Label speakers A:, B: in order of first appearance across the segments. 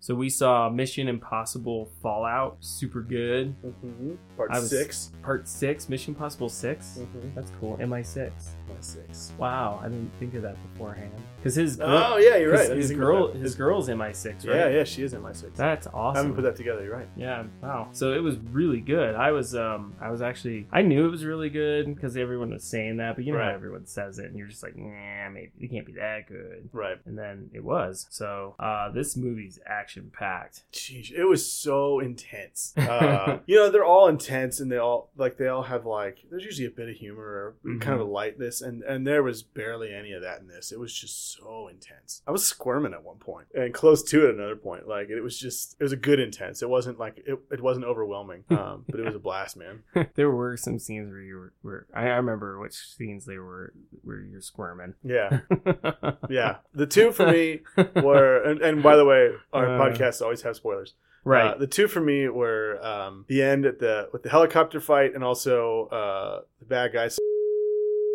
A: So we saw Mission Impossible Fallout, super good.
B: Mm-hmm. Part
A: I was-
B: six.
A: Part six, Mission Impossible 6
B: Mm-hmm.
A: That's cool. MI6.
B: Part six.
A: Wow, I didn't think of that beforehand. Because his girl,
B: Oh yeah, you're right. I
A: his,
B: didn't
A: his
B: think about
A: girl,
B: that.
A: his girl's MI6, right?
B: Yeah, yeah, she is in my six.
A: That's awesome.
B: I haven't put that together. You're right.
A: Yeah, wow. So it was really good. I was um I was actually I knew it was really good because everyone was saying that, but you know how
B: Right.
A: everyone says it and you're just like, nah, maybe it can't be that good.
B: Right.
A: And then it was. So uh this movie's action packed.
B: Jeez, it was so intense. Uh, you know, they're all intense, and they all like they all have like there's usually a bit of humor or kind of a lightness, and and there was barely any of that in this. It was just so intense. I was squirming at one point, and close to it at another point. Like it was just it was a good intense. It wasn't like it, it wasn't overwhelming, um, but it was a blast, man.
A: there were some scenes where you were where I, I remember which scenes they were where you're squirming.
B: Yeah, yeah. uh, The two for me were, and, and by the way, our
A: Uh.
B: podcasts always have spoilers.
A: right.
B: Uh, the two for me were um, the end at the with the helicopter fight, and also uh, the bad guys.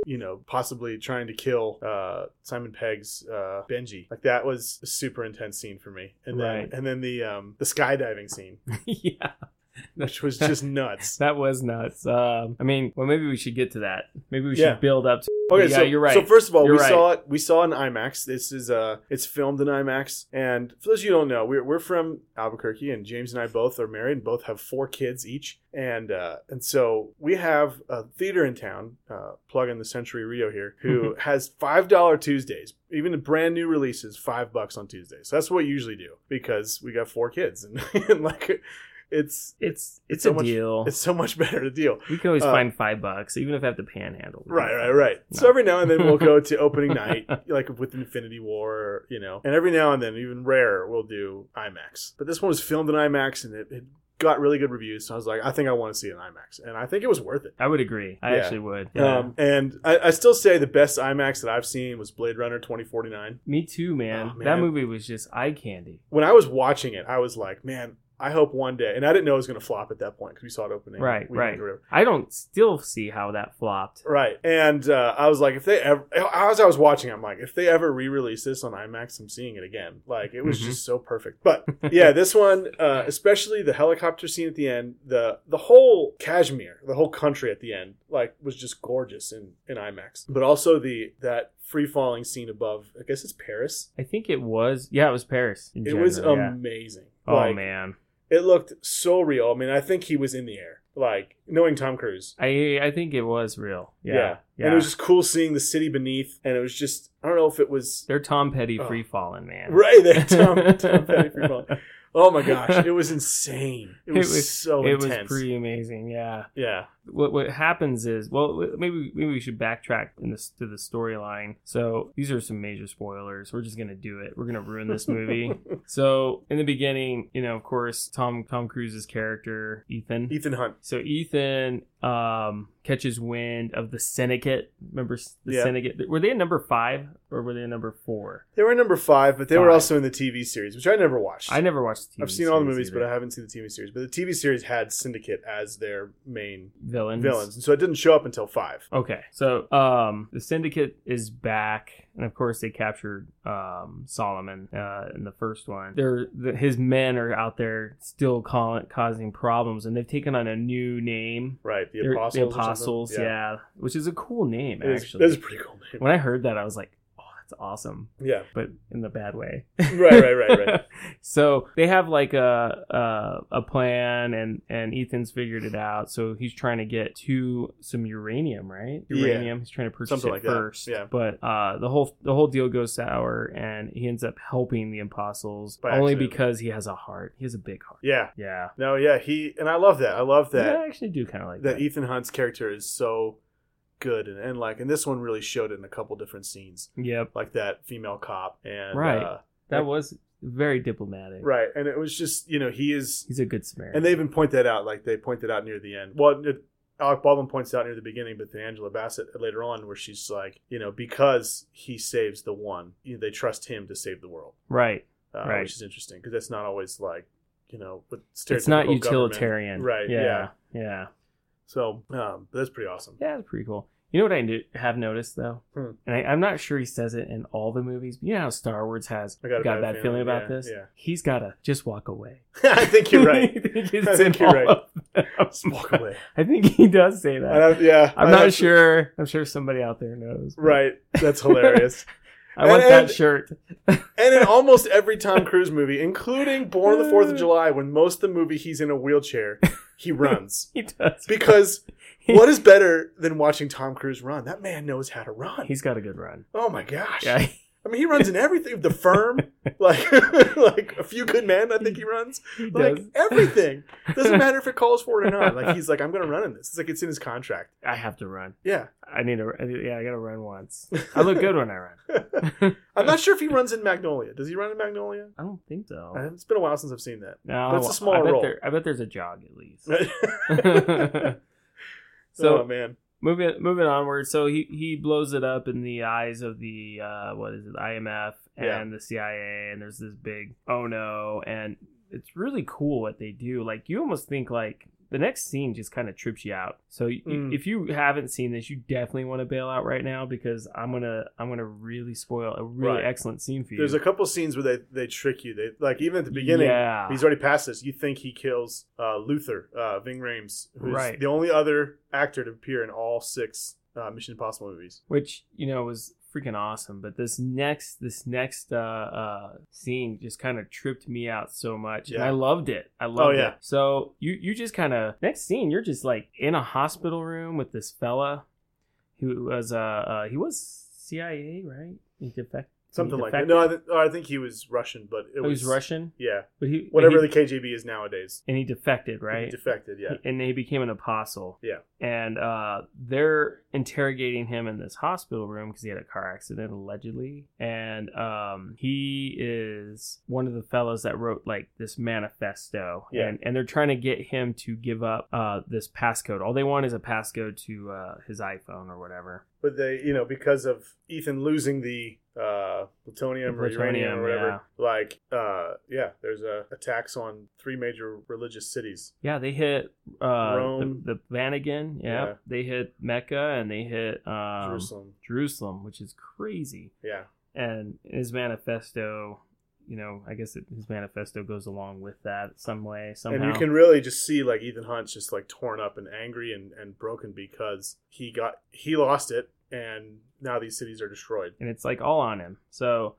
B: You know, possibly trying to kill uh, Simon Pegg's uh, Benji. Like that was a super intense scene for me. And then
A: Right.
B: and then the um, the skydiving scene,
A: yeah.
B: which was just nuts.
A: That was nuts. Um, I mean, well, maybe we should get to that. Maybe we should
B: Yeah.
A: build up to.
B: Okay,
A: Yeah,
B: so
A: you're right.
B: So first of all,
A: You're
B: we
A: right.
B: saw it. We saw it in IMAX. This is uh, it's filmed in IMAX. And for those of you who don't know, we're, we're from Albuquerque, and James and I both are married, and both have four kids each. And uh, and so we have a theater in town, uh, plug in the Century Rio here,
A: Mm-hmm.
B: who has five dollar Tuesdays. Even the brand new releases, five bucks on Tuesdays. So that's what we usually do because we got four kids, and, and like it's
A: It's it's
B: so
A: a
B: much-
A: deal.
B: it's so much better to deal.
A: we can always
B: uh,
A: find five bucks, even if I have to panhandle.
B: Right, right, right. So
A: No.
B: every now and then we'll go to opening night, like with Infinity War, you know. And every now and then, even rare, we'll do IMAX. But this one was filmed in IMAX, and it, it got really good reviews. So I was like, I think I want to see it in IMAX, and I think it was worth it.
A: I would agree. I
B: Yeah.
A: actually would. Yeah.
B: Um, and I, I still say the best IMAX that I've seen was Blade Runner 2049.
A: Me too, man.
B: Oh, man.
A: That movie was just eye candy.
B: When I was watching it, I was like, man, I hope one day. And I didn't know it was going to flop at that point because we saw it opening.
A: Right,
B: weekend
A: right.
B: or whatever.
A: I don't still see how that flopped.
B: Right. And uh, I was like, if they ever, as I was watching, I'm like, if they ever re release this on IMAX, I'm seeing it again. Like, it was
A: Mhm.
B: just so perfect. But yeah, this one, uh, especially the helicopter scene at the end, the the whole Kashmir, the whole country at the end, like, was just gorgeous in, in IMAX. But also the that free falling scene above, I guess it's Paris.
A: I think it was. Yeah, it was Paris. in
B: It was
A: general, yeah.
B: amazing.
A: Oh
B: Like,
A: man,
B: It looked so real. I mean, I think he was in the air. Like, knowing Tom Cruise,
A: I I think it was real. Yeah, yeah.
B: And it was just cool seeing the city beneath. And it was just, I don't know if it was
A: They're Tom Petty
B: Oh.
A: free falling, man.
B: right there, Tom, Tom Petty free ball. Oh my gosh, it was insane. It was,
A: It was-
B: so
A: it
B: intense.
A: was pretty amazing. Yeah.
B: yeah.
A: What what happens is well maybe maybe we should backtrack in this to the storyline. So these are some major spoilers. We're just gonna do it. We're gonna ruin this movie. so in the beginning, you know, of course, Tom Tom Cruise's character Ethan.
B: Ethan Hunt.
A: So Ethan um, catches wind of the syndicate. Remember s- the
B: Yeah.
A: syndicate? Were they at number five or were they at number four?
B: They were number five, but they were
A: Five.
B: also in the TV series, which I never watched.
A: I never watched. The TV
B: I've seen all the
A: series
B: movies,
A: either.
B: but I haven't seen the TV series. But the TV series had Syndicate as their main
A: villains.
B: villains, and so it didn't show up until five.
A: Okay, so um, the syndicate is back, and of course they captured um, Solomon uh, in the first one. They're the, his men are out there still calling, causing problems, and they've taken on a new name.
B: Right, the
A: They're-
B: Apostles.
A: the
B: or something.
A: Apostles, yeah. which is a cool name
B: It is,
A: actually.
B: that is a pretty cool name.
A: when I heard that, I was like, "Oh, that's awesome,"
B: Yeah,
A: but in the bad way.
B: right, right, right, right.
A: so they have like a, a a plan, and and Ethan's figured it out. So he's trying to get to some uranium, right?
B: Yeah.
A: Uranium. He's trying to purchase
B: Something
A: it
B: like that,
A: first.
B: yeah.
A: But uh, the whole the whole deal goes sour, and he ends up helping the Apostles
B: By
A: only
B: accident.
A: because he has a heart. He has a big heart.
B: Yeah,
A: Yeah.
B: no, yeah, he and I love that. I love that.
A: Yeah, I actually do kind of like that.
B: that Ethan Hunt's character is so good and, and like and this one really showed it in a couple different scenes
A: yep.
B: like that female cop and
A: Right.
B: uh,
A: That was very diplomatic.
B: right and it was just you know he is
A: He's a good Samaritan.
B: and they even point that out like they point that out near the end well it, Alec Baldwin points it out near the beginning but then Angela Bassett later on where she's like you know because he saves the one you know, they trust him to save the world
A: right.
B: uh,
A: Right.
B: which is interesting because that's not always like you know with
A: It's not
B: stereotypical government.
A: utilitarian.
B: Right,
A: Yeah. Yeah.
B: so um, but that's pretty awesome
A: Yeah, it's pretty cool. You know what I do, have noticed though,
B: Hmm.
A: and I, I'm not sure he says it in all the movies. But you know how Star Wars has
B: I
A: got a bad, feeling, about
B: yeah,
A: this.
B: yeah.
A: He's gotta just walk away.
B: I think you're right.
A: I think it's
B: I think
A: in
B: you're
A: all
B: right.
A: of them.
B: Just walk away.
A: I think he does say that.
B: I don't- yeah,
A: I'm
B: I
A: not
B: have to-
A: sure. I'm sure somebody out there knows.
B: Right, that's hilarious.
A: I want that
B: And-
A: shirt.
B: and in almost every Tom Cruise movie, including Born on the Fourth of July, when most of the movie he's in a wheelchair, he runs
A: He does.
B: because what is better than watching Tom Cruise run? That man knows how to run.
A: He's got a good run.
B: oh my gosh!
A: Yeah.
B: I mean, he runs in everything. The Firm, like like a few good men, I think he runs.
A: He
B: Like
A: does.
B: everything doesn't matter if it calls for it or not. Like he's like, I'm gonna run in this. It's like it's in his contract.
A: I have to run.
B: Yeah,
A: I need to. I- Yeah, I gotta run once. I look good when I run.
B: I'm not sure if he runs in Magnolia. Does he run in Magnolia?
A: I don't think so.
B: Uh, It's been a while since I've seen that.
A: No,
B: That's a small
A: I bet
B: role.
A: There, I bet there's a jog at least. so
B: so oh, man,
A: moving moving onward. So he he blows it up in the eyes of the uh, what is it IMF and
B: Yeah.
A: the CIA, and there's this big oh no, and it's really cool what they do. Like you almost think like. The next scene just kind of trips you out. So y-
B: Mm.
A: if you haven't seen this, you definitely want to bail out right now because I'm gonna I'm gonna really spoil a really
B: Right.
A: excellent scene for you.
B: there's a couple scenes where they they trick you. They like even at the beginning.
A: yeah.
B: He's already past this. You think he kills uh, Luther, uh, Ving Rhames, who's
A: Right.
B: the only other actor to appear in all six uh, Mission Impossible movies.
A: which you know was freaking awesome but this next this next uh uh scene just kind of tripped me out so much and
B: Yeah.
A: i
B: Oh,
A: loved it i loved
B: yeah.
A: it so you you just kind of next scene you're just like in a hospital room with this fella who was uh, uh he was cia right he defect
B: Something like
A: defected?
B: that. No, I, th- oh, I think he was Russian, but it
A: Oh, he was
B: was
A: russian
B: Yeah,
A: but he
B: whatever
A: and
B: the KGB is nowadays.
A: he, and he defected right
B: He defected. Yeah.
A: and he became an apostle.
B: Yeah.
A: And uh, they're interrogating him in this hospital room because he had a car accident allegedly, and um, he is one of the fellows that wrote like this manifesto,
B: Yeah.
A: and and they're trying to get him to give up uh, this passcode. All they want is a passcode to uh, his iPhone or whatever.
B: but they you know because of ethan losing the uh plutonium, or
A: Plutonium,
B: uranium or whatever like uh yeah there's a attacks on three major religious cities
A: Yeah, they hit uh,
B: Rome.
A: the, the Vatican. Yeah.
B: Yeah.
A: they hit Mecca and they hit um,
B: jerusalem
A: Jerusalem, which is crazy.
B: yeah
A: and his manifesto you know i guess it, his manifesto goes along with that some way somehow
B: and you can really just see like ethan hunt's just like torn up and angry and, and broken because he got he lost it and now these cities are destroyed
A: and it's like all on him so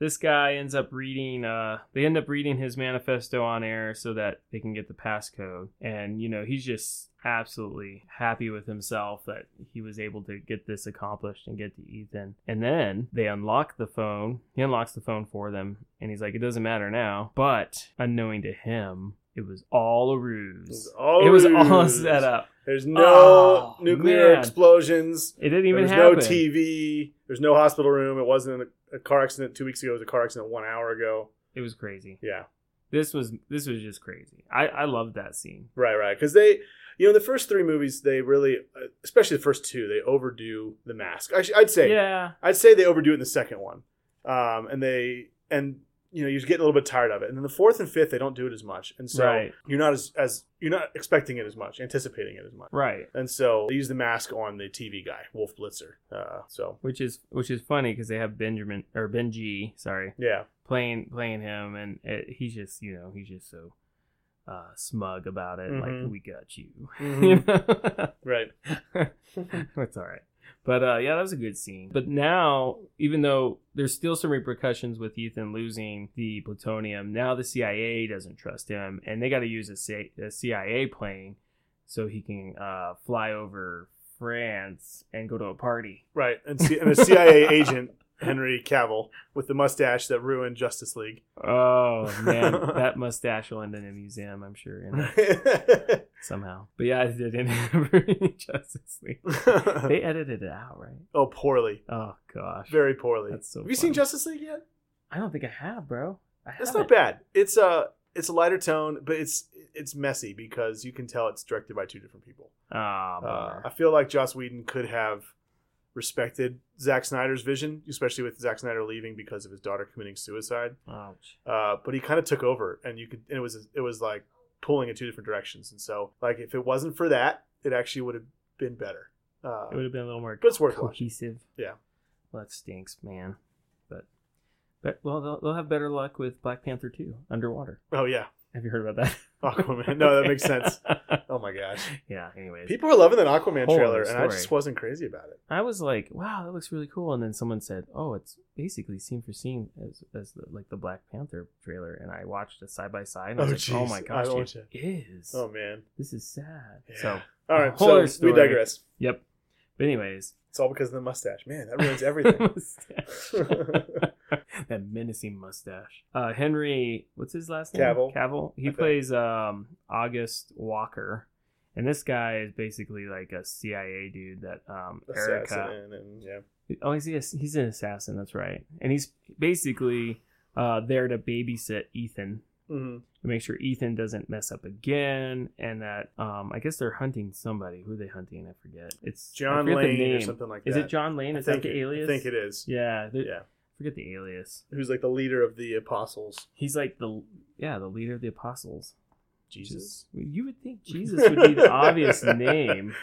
A: this guy ends up reading uh they end up reading his manifesto on air so that they can get the passcode and you know he's just absolutely happy with himself that he was able to get this accomplished and get to ethan and then they unlock the phone he unlocks the phone for them and he's like it doesn't matter now but unknowing to him it was all a ruse
B: all
A: it was all
B: ruse.
A: set up.
B: there's no
A: Oh,
B: nuclear
A: man.
B: explosions
A: It didn't
B: There
A: even
B: was
A: happen.
B: no TV. There's no hospital room. It wasn't a, a car accident two weeks ago. It was a car accident one hour ago.
A: It was crazy.
B: Yeah,
A: This was this was just crazy. I I loved that scene.
B: right, right. Because they, you know, the first three movies, they really, uh, especially the first two, they overdo the mask. Actually, I'd say,
A: Yeah,
B: I'd say they overdo it in the second one, um, and they, and you know, you get a little bit tired of it. And then the fourth and fifth, they don't do it as much, and so
A: Right.
B: you're not as, as you're not expecting it as much, anticipating it as much.
A: right.
B: And so they use the mask on the TV guy, Wolf Blitzer. Uh, so
A: Which is which is funny because they have Benjamin or Benji, sorry,
B: yeah,
A: playing playing him, and it, he's just you know he's just so uh, smug about it.
B: Mhm.
A: Like we got you.
B: Mhm.
A: you know?
B: right.
A: That's all right. But uh, yeah, that was a good scene. But now, even though there's still some repercussions with Ethan losing the plutonium, now the CIA doesn't trust him, and they got to use a, C- a CIA plane so he can uh, fly over France and go to a party.
B: Right, and, C- and the CIA agent Henry Cavill with the mustache that ruined Justice League.
A: Oh man, that mustache will end in a museum, I'm sure, you know, somehow. But yeah, it did end up in Justice League. They edited it out, right?
B: oh, poorly,
A: Oh gosh,
B: very poorly.
A: that's so.
B: Have you seen
A: funny.
B: Justice League yet?
A: I don't think I have, bro. I
B: That's
A: haven't.
B: not bad. It's a it's a lighter tone, but it's it's messy because you can tell it's directed by two different people.
A: Ah,
B: Uh,
A: bummer.
B: I feel like Joss Whedon could have respected Zack Snyder's vision, especially with Zack Snyder leaving because of his daughter committing suicide.
A: Ouch.
B: uh, but he kind of took over, and you could, and it was it was like pulling in two different directions, and so like if it wasn't for that, it actually would have been better. Uh,
A: It would have been a little more
B: but it's worth watching.
A: cohesive.
B: Yeah.
A: Well, that stinks, man. But, but well, they'll, they'll have better luck with Black Panther 2 underwater.
B: Oh yeah,
A: Have you heard about that?
B: Aquaman. No, that makes sense. Oh my gosh,
A: yeah, anyways.
B: people are loving that Aquaman
A: Whole
B: trailer,
A: other
B: and I
A: story.
B: just wasn't crazy about it.
A: I was like, wow, that looks really cool. And then someone said, oh, it's basically scene for scene as, as the, like the Black Panther trailer. And I watched it side by side. And I
B: Oh,
A: was like, oh
B: jeez.
A: my
B: I
A: gosh,
B: watched
A: it is.
B: Oh man.
A: This is sad.
B: Yeah.
A: So,
B: All right,
A: Whole
B: so
A: other story.
B: we digress.
A: yep. But anyways,
B: It's all because of the mustache. Man, that ruins everything.
A: Mustache. that menacing mustache. Uh, Henry, what's his last name?
B: Cavill.
A: Cavill. He
B: I think.
A: plays um, August Walker, and this guy is basically like a CIA dude that um, Erica.
B: Assassin and yeah.
A: Oh, he's a, he's an assassin. That's right, and he's basically uh, there to babysit Ethan.
B: Mhm.
A: To make sure Ethan doesn't mess up again, and that um, I guess they're hunting somebody. Who are they hunting? I forget. It's I
B: John
A: forget the
B: Lane or
A: name.
B: something like
A: Is
B: that.
A: it John Lane?
B: I
A: Is that
B: think
A: the
B: it-
A: alias?
B: I think it is.
A: Yeah, the-
B: Yeah.
A: Forget the alias.
B: Who's like the leader of the apostles?
A: He's like the yeah the leader of the apostles. Which is-
B: Jesus.
A: You would think Jesus would be the obvious name,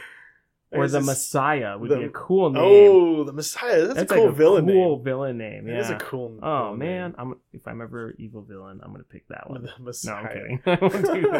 B: I
A: or
B: guess
A: the
B: it's-
A: Messiah would
B: the-
A: be a cool name.
B: Oh, the Messiah. That's, a cool
A: like
B: villain
A: cool
B: name.
A: villain name.
B: It is
A: Yeah.
B: a cool.
A: oh
B: villain
A: man,
B: name.
A: I'm if I'm ever an evil villain, I'm gonna pick that one.
B: the
A: No,
B: Messiah.
A: I'm kidding. I won't do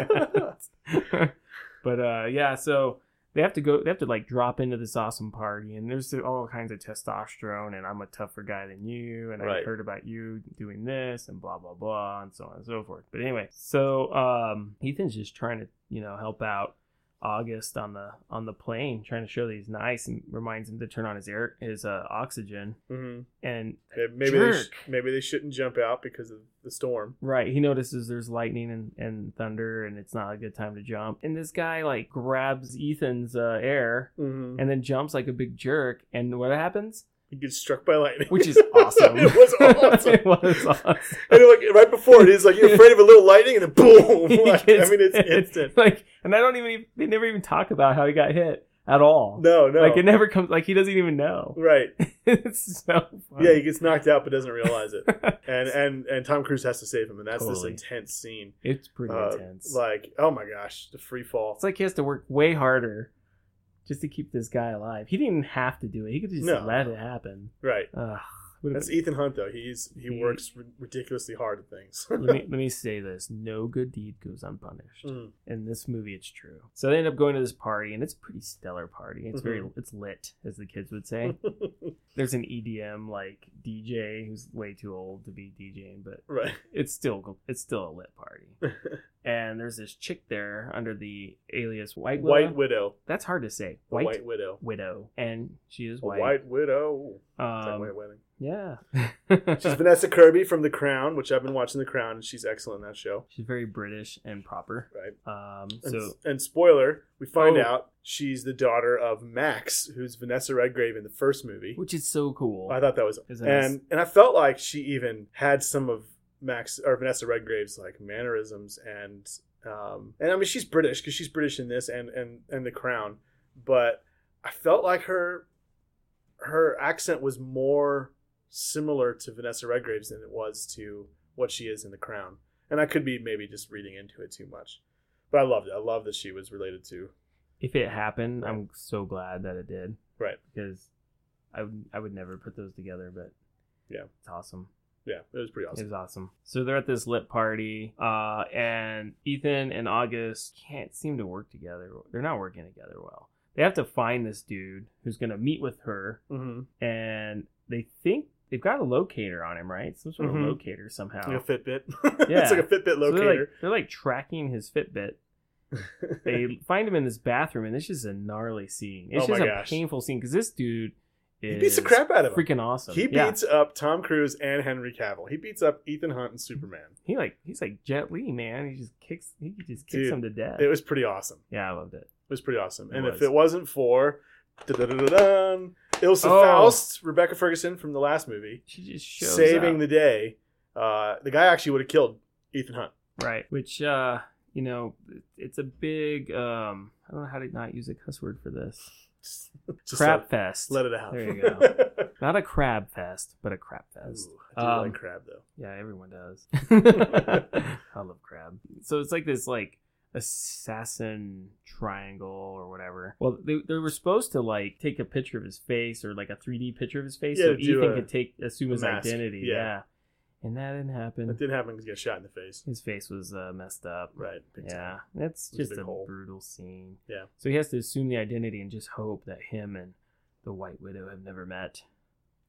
A: that. but uh, yeah, so they have to go. They have to like drop into this awesome party, and there's all kinds of testosterone. And I'm a tougher guy than you, and I
B: Right.
A: heard about you doing this, and blah blah blah, and so on and so forth. But anyway, so um, Ethan's just trying to you know help out August on the on the plane, trying to show that he's nice, and reminds him to turn on his air his uh, oxygen.
B: Mhm.
A: And
B: Yeah, Maybe they, sh-
A: Jerk.
B: maybe they shouldn't jump out because of the storm.
A: Right. He notices there's lightning and, and thunder and it's not a good time to jump. And this guy like grabs Ethan's uh, air
B: Mm-hmm.
A: and then jumps like a big jerk. And what happens?
B: He gets struck by lightning,
A: Which is awesome.
B: it was awesome.
A: It was awesome.
B: And like right before it, he's like, "You're afraid of a little lightning," and then boom!
A: He
B: Like, I
A: gets
B: mean, it's
A: hit.
B: instant.
A: Like, and I don't even, they never even talk about how he got hit at all.
B: No, no,
A: Like, it never comes, like, he doesn't even know.
B: right?
A: it's so funny.
B: Yeah, he gets knocked out but doesn't realize it, and and and Tom Cruise has to save him, and that's
A: Totally.
B: this intense scene.
A: it's pretty
B: Uh,
A: intense.
B: Like, oh my gosh, the free fall.
A: It's like he has to work way harder just to keep this guy alive. He didn't have to do it. He could just
B: No.
A: let it happen.
B: Right.
A: Ugh, would've
B: That's
A: been-
B: Ethan Hunt though. He's he
A: He-
B: works ri- ridiculously hard at things.
A: let me let me say this: no good deed goes unpunished.
B: Mm.
A: In this movie, it's true. So they end up going to this party, and it's a pretty stellar party. It's very
B: Mm-hmm.
A: it's lit, as the kids would
B: Mm.
A: say. There's an EDM like DJ who's way too old to be DJing, but
B: right.
A: it's still it's still a lit party. and there's this chick there under the alias White Widow.
B: White Widow.
A: That's hard to say.
B: The
A: White,
B: White, Widow.
A: Widow, and she is
B: A White,
A: white.
B: Widow. It's like
A: Um,
B: White Wedding.
A: yeah,
B: She's Vanessa Kirby from The Crown, which I've been watching The Crown, and she's excellent in that show.
A: she's very British and proper.
B: Right.
A: Um,
B: And,
A: so
B: and spoiler, we find
A: Oh.
B: out she's the daughter of Max, who's Vanessa Redgrave in the first movie.
A: which is so cool.
B: I thought that was,
A: Is that
B: and and I felt like she even had some of Max or Vanessa Redgrave's like mannerisms and um and I mean she's British because she's British in this and and and The Crown, but I felt like her her accent was more similar to Vanessa Redgrave's than it was to what she is in The Crown, and I could be maybe just reading into it too much, but I loved it. I love that she was related to
A: if it happened, I'm so glad that it did.
B: Right.
A: Because I would I would never put those together, but
B: Yeah.
A: it's awesome.
B: yeah, it was pretty
A: It
B: awesome.
A: was awesome. So they're at this lit party, uh, and Ethan and August can't seem to work together. They're not working together well. They have to find this dude who's going to meet with her,
B: Mm-hmm.
A: and they think they've got a locator on him, right? Some sort
B: Mhm.
A: of locator somehow.
B: Like a Fitbit.
A: Yeah.
B: it's like a Fitbit
A: So they're, like,
B: locator.
A: they're like tracking his Fitbit. They find him in this bathroom, and it's just a gnarly scene. It's
B: Oh my
A: just a
B: gosh.
A: painful scene because this dude is
B: He beats the crap out of him.
A: freaking awesome.
B: He
A: yeah.
B: beats up Tom Cruise and Henry Cavill. He beats up Ethan Hunt and Superman.
A: he like he's like Jet Li, man. He just kicks he just kicks
B: Dude,
A: him to death.
B: It was pretty awesome.
A: yeah, I loved it.
B: It was pretty awesome.
A: It
B: and
A: was.
B: if it wasn't for da-da-da-da-dun, Ilsa
A: Oh.
B: Faust, Rebecca Ferguson from the last movie,
A: She just shows
B: saving
A: up.
B: the day, uh, the guy actually would have killed Ethan Hunt.
A: right, which uh, you know, it's a big um. I don't know how to not use a cuss word for this.
B: Just let-
A: crab fest.
B: Let, it out.
A: There you go. Not a crab fest, but a crap fest.
B: Ooh, I do
A: Um,
B: like crab though.
A: Yeah, everyone does. I love crab. So it's like this like assassin triangle or whatever. Well, they, they were supposed to like take a picture of his face or like a 3D picture of his face
B: Yeah,
A: so
B: to do
A: Ethan
B: a-
A: could take assume
B: a
A: his
B: mask.
A: identity.
B: Yeah.
A: Yeah. and that didn't happen.
B: That did happen because he got shot in the face.
A: his face was uh, messed up.
B: Right. big time.
A: Yeah, that's
B: It was a
A: just
B: big
A: a
B: hole.
A: brutal scene.
B: Yeah.
A: So he has to assume the identity and just hope that him and the White Widow have never met.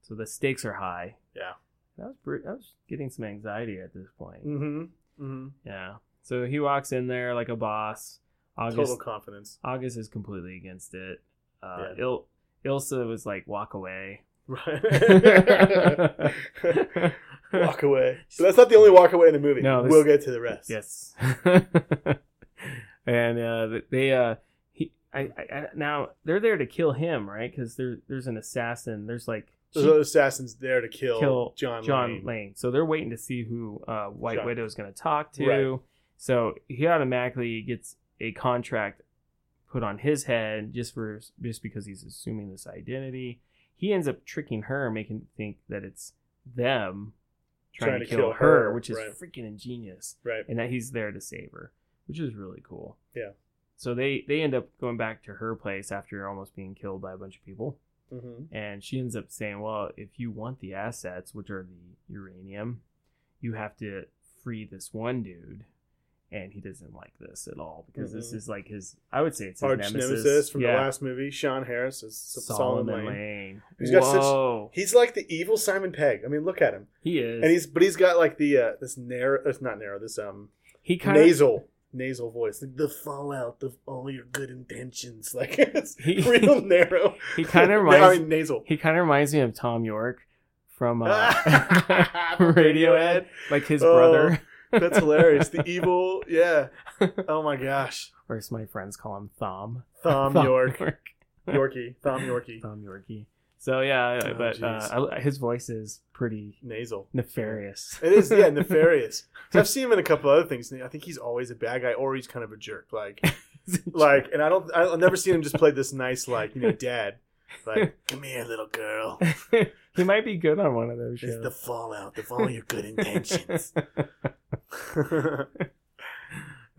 A: So the stakes are high.
B: Yeah.
A: That was bru- I was getting some anxiety at this point.
B: Mm-hmm. Mm-hmm.
A: Yeah. So he walks in there like a boss. August
B: Total confidence.
A: August is completely against it. Uh,
B: Yeah.
A: Il- Ilsa was like, walk away.
B: Right. walk away. But that's not the only walk away in the movie.
A: No, this-
B: we'll get to the rest.
A: Yes. and uh, they uh, he I, I, I now they're there to kill him, right? Because there there's an assassin. There's like
B: Those
A: she-
B: other assassins there to kill,
A: Kill
B: John,
A: John
B: Lane.
A: Lane. So they're waiting to see who uh, White
B: John.
A: Widow is going to talk to.
B: Right.
A: So he automatically gets a contract put on his head just for just because he's assuming this identity. He ends up tricking her, making her think that it's them trying, to, kill, her, which is
B: right.
A: freaking ingenious
B: Right.
A: and that he's there to save her, which is really cool.
B: Yeah.
A: So they they end up going back to her place after almost being killed by a bunch of people,
B: Mm-hmm.
A: and she ends up saying, "Well, if you want the assets, which are the uranium, you have to free this one dude." And he doesn't like this at all because this
B: Mhm.
A: is like his. I would say it's his
B: Arch
A: nemesis,
B: nemesis, from
A: Yeah.
B: the last movie, Sean Harris is Solomon,
A: Solomon
B: Lane.
A: Lane.
B: He's got such-
A: Whoa,
B: He's like the evil Simon Pegg. I mean, look at him,
A: he is,
B: and he's but he's got like the uh, this narrow. It's not narrow. This um
A: he kind of
B: nasal nasal voice. Like, the fallout of all your good intentions. Like it's
A: He-
B: real narrow.
A: he kind of
B: I
A: reminds
B: mean, nasal.
A: he kind of reminds me of Tom York from uh,
B: Radiohead.
A: Radiohead, like his
B: Oh.
A: brother.
B: That's hilarious. The evil. Yeah. Oh my gosh.
A: or as my friends call him, Thom.
B: Thom York.
A: York.
B: Yorkie. Thom Yorkie.
A: Thom Yorkie. So yeah,
B: Oh,
A: but uh,
B: jeez.
A: I, his voice is pretty
B: Nasal.
A: nefarious.
B: It is, yeah, nefarious. 'Cause I've seen him in a couple other things. and I think he's always a bad guy, or he's kind of a jerk. Like, like, and I don't, I- I've never seen him just play this nice, like, you know, dad, like, come here, little girl.
A: he might be good on one of those
B: It's
A: shows.
B: the fallout of all your good intentions. but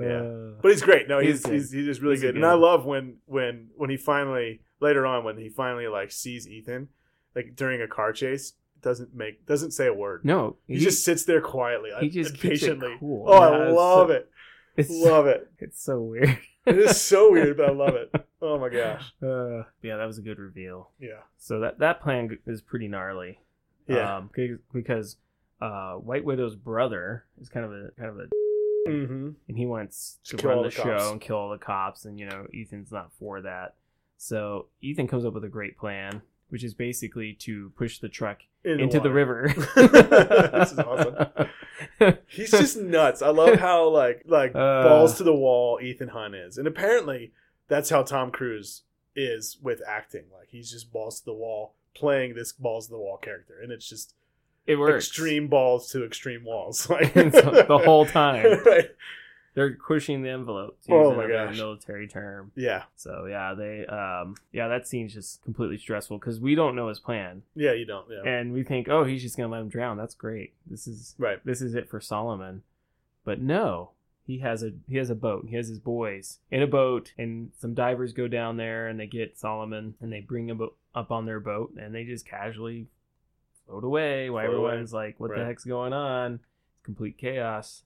B: Yeah.
A: Uh,
B: he's great. No, he's
A: He's good.
B: he's, he's just really
A: He's a
B: good.
A: good
B: And I
A: one.
B: love when when when he finally later on when he finally like sees Ethan, like during a car chase, doesn't make doesn't say a word.
A: no,
B: He, just sits there quietly,
A: he just
B: and
A: keeps
B: patiently.
A: it cool.
B: Oh,
A: Yeah,
B: I
A: it's
B: love
A: so-
B: it.
A: It's,
B: Love it.
A: it's so weird.
B: It is so weird, but I love it. Oh my gosh.
A: Uh, yeah, that was a good reveal.
B: Yeah.
A: So that that plan g- is pretty gnarly.
B: Yeah.
A: Um, 'cause- because uh, White Widow's brother is kind of a kind of a,
B: mm-hmm.
A: and he wants to
B: Just kill
A: run
B: all
A: the,
B: the
A: show
B: cops.
A: and kill all the cops, and you know Ethan's not for that. So Ethan comes up with a great plan, which is basically to push the truck into the river.
B: This is awesome. He's just nuts. I love how like like
A: Uh.
B: balls to the wall Ethan Hunt is. And apparently that's how Tom Cruise is with acting. Like he's just balls to the wall playing this balls to the wall character. And it's just
A: It works.
B: extreme balls to extreme walls. Like
A: And so the whole time
B: Right.
A: they're pushing the envelope. to
B: Oh
A: use
B: my
A: another
B: gosh.
A: Military term.
B: Yeah.
A: So yeah, they um yeah that scene's just completely stressful because we don't know his plan
B: Yeah, you don't. Yeah.
A: and we think oh he's just gonna let him drown that's great this is
B: right.
A: this is it for Solomon, but no he has a he has a boat he has his boys in a boat and some divers go down there and they get Solomon and they bring him up on their boat and they just casually float away while
B: Float away.
A: everyone's like what the
B: Right.
A: heck's going on it's complete chaos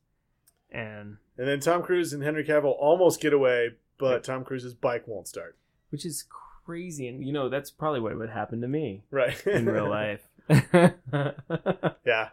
A: and
B: And then Tom Cruise and Henry Cavill almost get away, but Tom Cruise's bike won't start.
A: which is crazy and you know that's probably what would happen to me
B: Right.
A: in real life.
B: Yeah.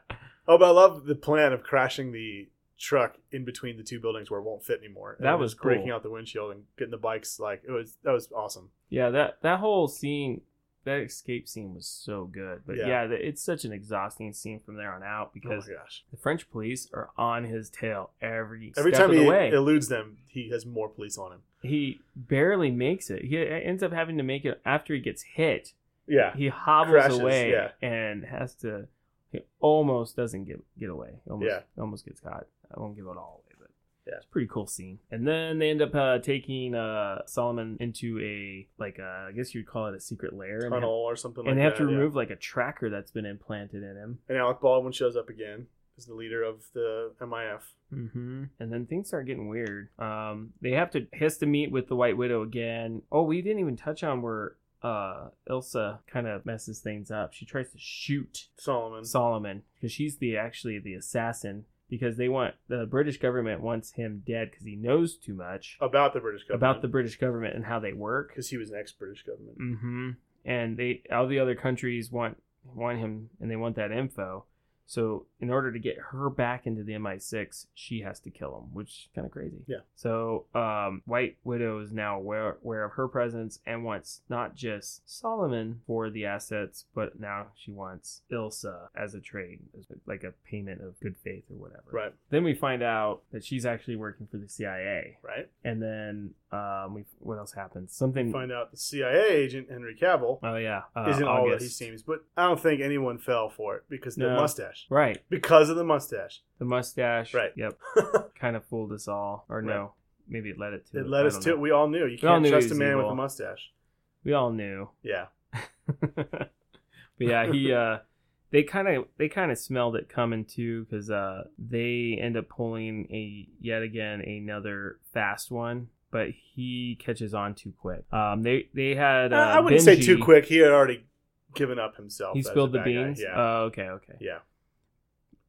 B: Oh, but I love the plan of crashing the truck in between the two buildings where it won't fit anymore.
A: That
B: then
A: was
B: just breaking
A: cool.
B: out the windshield and getting the bikes. Like it was that was awesome.
A: yeah, that that whole scene, that escape scene was so good. But
B: Yeah.
A: yeah, th- it's such an exhausting scene from there on out
B: Oh my
A: because
B: gosh!
A: the French police are on his tail every
B: Every
A: step
B: time
A: of
B: he
A: the way.
B: eludes them, he has more police on him.
A: he barely makes it. He uh, ends up having to make it after he gets hit.
B: Yeah,
A: He hobbles
B: Crashes,
A: away
B: yeah.
A: and has to. He almost doesn't get get away. Almost,
B: Yeah.
A: almost gets caught. I won't give it all away, but
B: Yeah.
A: it's a pretty cool scene. And then they end up uh, taking uh, Solomon into a like uh, I guess you'd call it a secret lair, and,
B: tunnel or something.
A: and
B: like
A: they have
B: that,
A: to
B: yeah.
A: remove like a tracker that's been implanted in him.
B: And Alec Baldwin shows up again. is the leader of the MIF.
A: Mm-hmm. And then things start getting weird. Um, they have to has to meet with the White Widow again. Oh, we didn't even touch on where uh Ilsa kind of messes things up. She tries to shoot
B: Solomon.
A: Solomon because she's the actually the assassin because they want the British government wants him dead because he knows too much
B: about the British Oh, government.
A: about the British government and how they work.
B: because he was an ex-British government.
A: Mm-hmm. And they all the other countries want want him and they want that info. So in order to get her back into the MI6, she has to kill him, which is kind of crazy.
B: Yeah.
A: So um, White Widow is now aware, aware of her presence and wants not just Solomon for the assets, but now she wants Ilsa as a trade, as like a payment of good faith or whatever.
B: Right.
A: Then we find out that she's actually working for the CIA,
B: Right.
A: and then um, we what else happens? Something.
B: Find out the CIA agent Henry Cavill
A: Oh yeah, uh,
B: isn't all that he
A: August.
B: seems, but I don't think anyone fell for it because the
A: No.
B: mustache.
A: Right,
B: Because of the mustache,
A: the mustache.
B: Right.
A: Yep. kind of fooled us all, or no? Maybe it led it to.
B: it led
A: I
B: us
A: don't
B: to.
A: know.
B: We all knew you
A: We all
B: can't
A: knew he
B: trust a
A: was
B: man with
A: evil.
B: a mustache.
A: We all knew.
B: Yeah.
A: but yeah, he. uh They kind of they kind of smelled it coming too, because uh, they end up pulling a yet again another fast one. But he catches on too quick. Um, they they had. Uh,
B: I I wouldn't say
A: Benji-
B: too quick. He had already given up himself.
A: He
B: as a
A: spilled the
B: bad guy.
A: beans.
B: Yeah.
A: Oh, okay, okay.
B: yeah.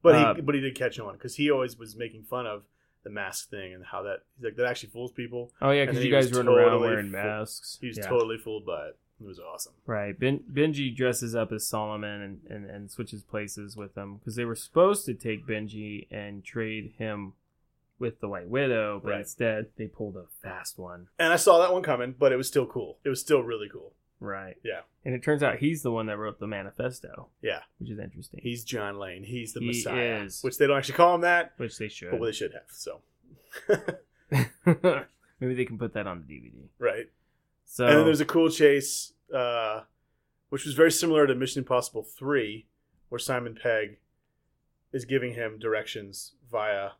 B: But he
A: Uh,
B: but he did catch on because he always was making fun of the mask thing and how that he's like that actually fools people.
A: Oh yeah,
B: And
A: because
B: he
A: you guys
B: was
A: run around
B: totally
A: wearing
B: fu-
A: masks.
B: He was
A: Yeah.
B: totally fooled by it. It was awesome.
A: Right. Ben- Benji dresses up as Solomon and, and, and switches places with him because they were supposed to take Benji and trade him with the White Widow, but
B: Right.
A: instead they pulled a fast one.
B: And I saw that one coming, but it was still cool. It was still really cool.
A: Right.
B: Yeah.
A: And it turns out he's the one that wrote the manifesto.
B: Yeah.
A: Which is interesting.
B: He's John Lane. He's the
A: He
B: Messiah,
A: is.
B: which they don't actually call him that,
A: which they should.
B: but they should have. So,
A: Maybe they can put that on the DVD.
B: right.
A: So
B: And then there's a cool chase, uh, which was very similar to Mission Impossible Three, where Simon Pegg is giving him directions via,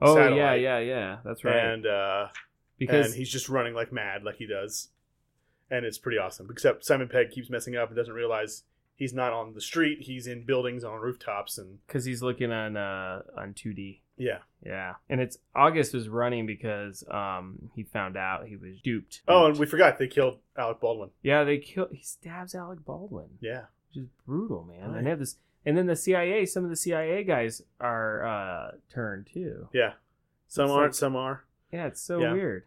A: oh yeah,
B: satellite.
A: yeah, yeah. That's right.
B: and uh,
A: because
B: and he's just running like mad, like he does, and it's pretty awesome. Except Simon Pegg keeps messing up and doesn't realize he's not on the street; he's in buildings on rooftops, and
A: cause he's looking on uh on 2D.
B: yeah.
A: Yeah, and it's August was running because um he found out he was duped.
B: Oh, and we forgot they killed Alec Baldwin.
A: yeah, they kill. He stabs Alec Baldwin,
B: Yeah,
A: which is brutal, man.
B: Right.
A: And they have this, and then the CIA. Some of the CIA guys are uh turned too.
B: yeah. Some
A: It's
B: aren't,
A: like-
B: some are.
A: Yeah, it's so
B: Yeah.
A: weird.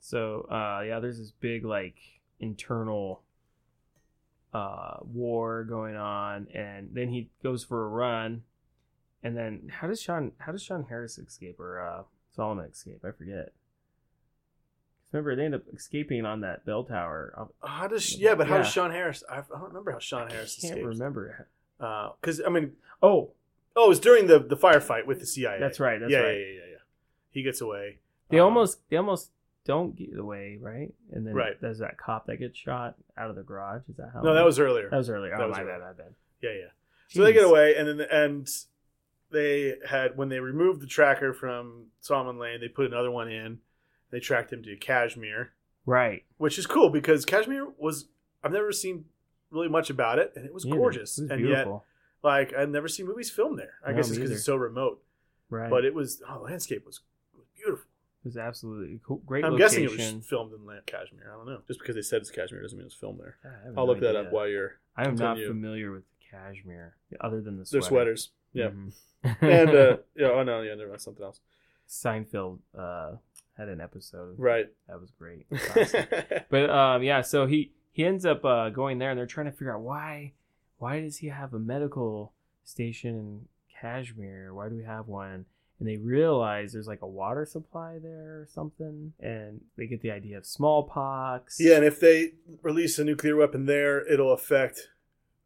A: So uh yeah, there's this big like internal uh war going on, and then he goes for a run, and then how does Sean how does Sean Harris escape or uh Solomon escape? I forget. Remember they end up escaping on that bell tower. I
B: How does yeah? But how
A: Yeah.
B: does Sean Harris? I I don't remember how Sean Harris
A: can't
B: escapes.
A: remember.
B: Because I mean,
A: Oh,
B: oh, it was during the the firefight with the CIA.
A: that's right. That's
B: yeah,
A: right.
B: yeah, yeah, yeah, yeah. He gets away.
A: They
B: Um,
A: almost they almost don't get away, right? And then
B: Right.
A: there's that cop that gets shot out of the garage. Is that how?
B: no, that was earlier.
A: that was earlier.
B: that
A: oh
B: was
A: my
B: earlier.
A: bad. I bad.
B: yeah, yeah. So they
A: Jeez.
B: get away, and then and they had when they removed the tracker from Solomon Lane, they put another one in. They tracked him to Kashmir,
A: Right.
B: which is cool because Kashmir was I've never seen really much about it, and it was
A: Yeah,
B: gorgeous,
A: It was
B: and yet
A: beautiful.
B: like I've never seen movies filmed there. I
A: No,
B: guess it's
A: me
B: because
A: either.
B: it's so remote,
A: right.
B: but
A: it,
B: it was oh, the landscape was beautiful.
A: was absolutely cool. Great
B: I'm
A: location.
B: guessing it was filmed in La- Kashmir. I don't know. Just because they said it's Kashmir doesn't mean it's filmed there.
A: I have
B: I'll
A: no
B: look that
A: idea.
B: up while you're
A: I am not
B: continue.
A: familiar with cashmere other than the
B: their
A: sweater.
B: sweaters. Yeah,
A: Mhm.
B: and uh, yeah. Oh no, yeah, never mind. Something else.
A: Seinfeld uh, had an episode
B: Right.
A: that was great. Classic. but um, yeah, so he he ends up uh, going there, and they're trying to figure out why why does he have a medical station in Kashmir? Why do we have one? And they realize there's like a water supply there or something, and they get the idea of smallpox.
B: Yeah, and if they release a nuclear weapon there, it'll affect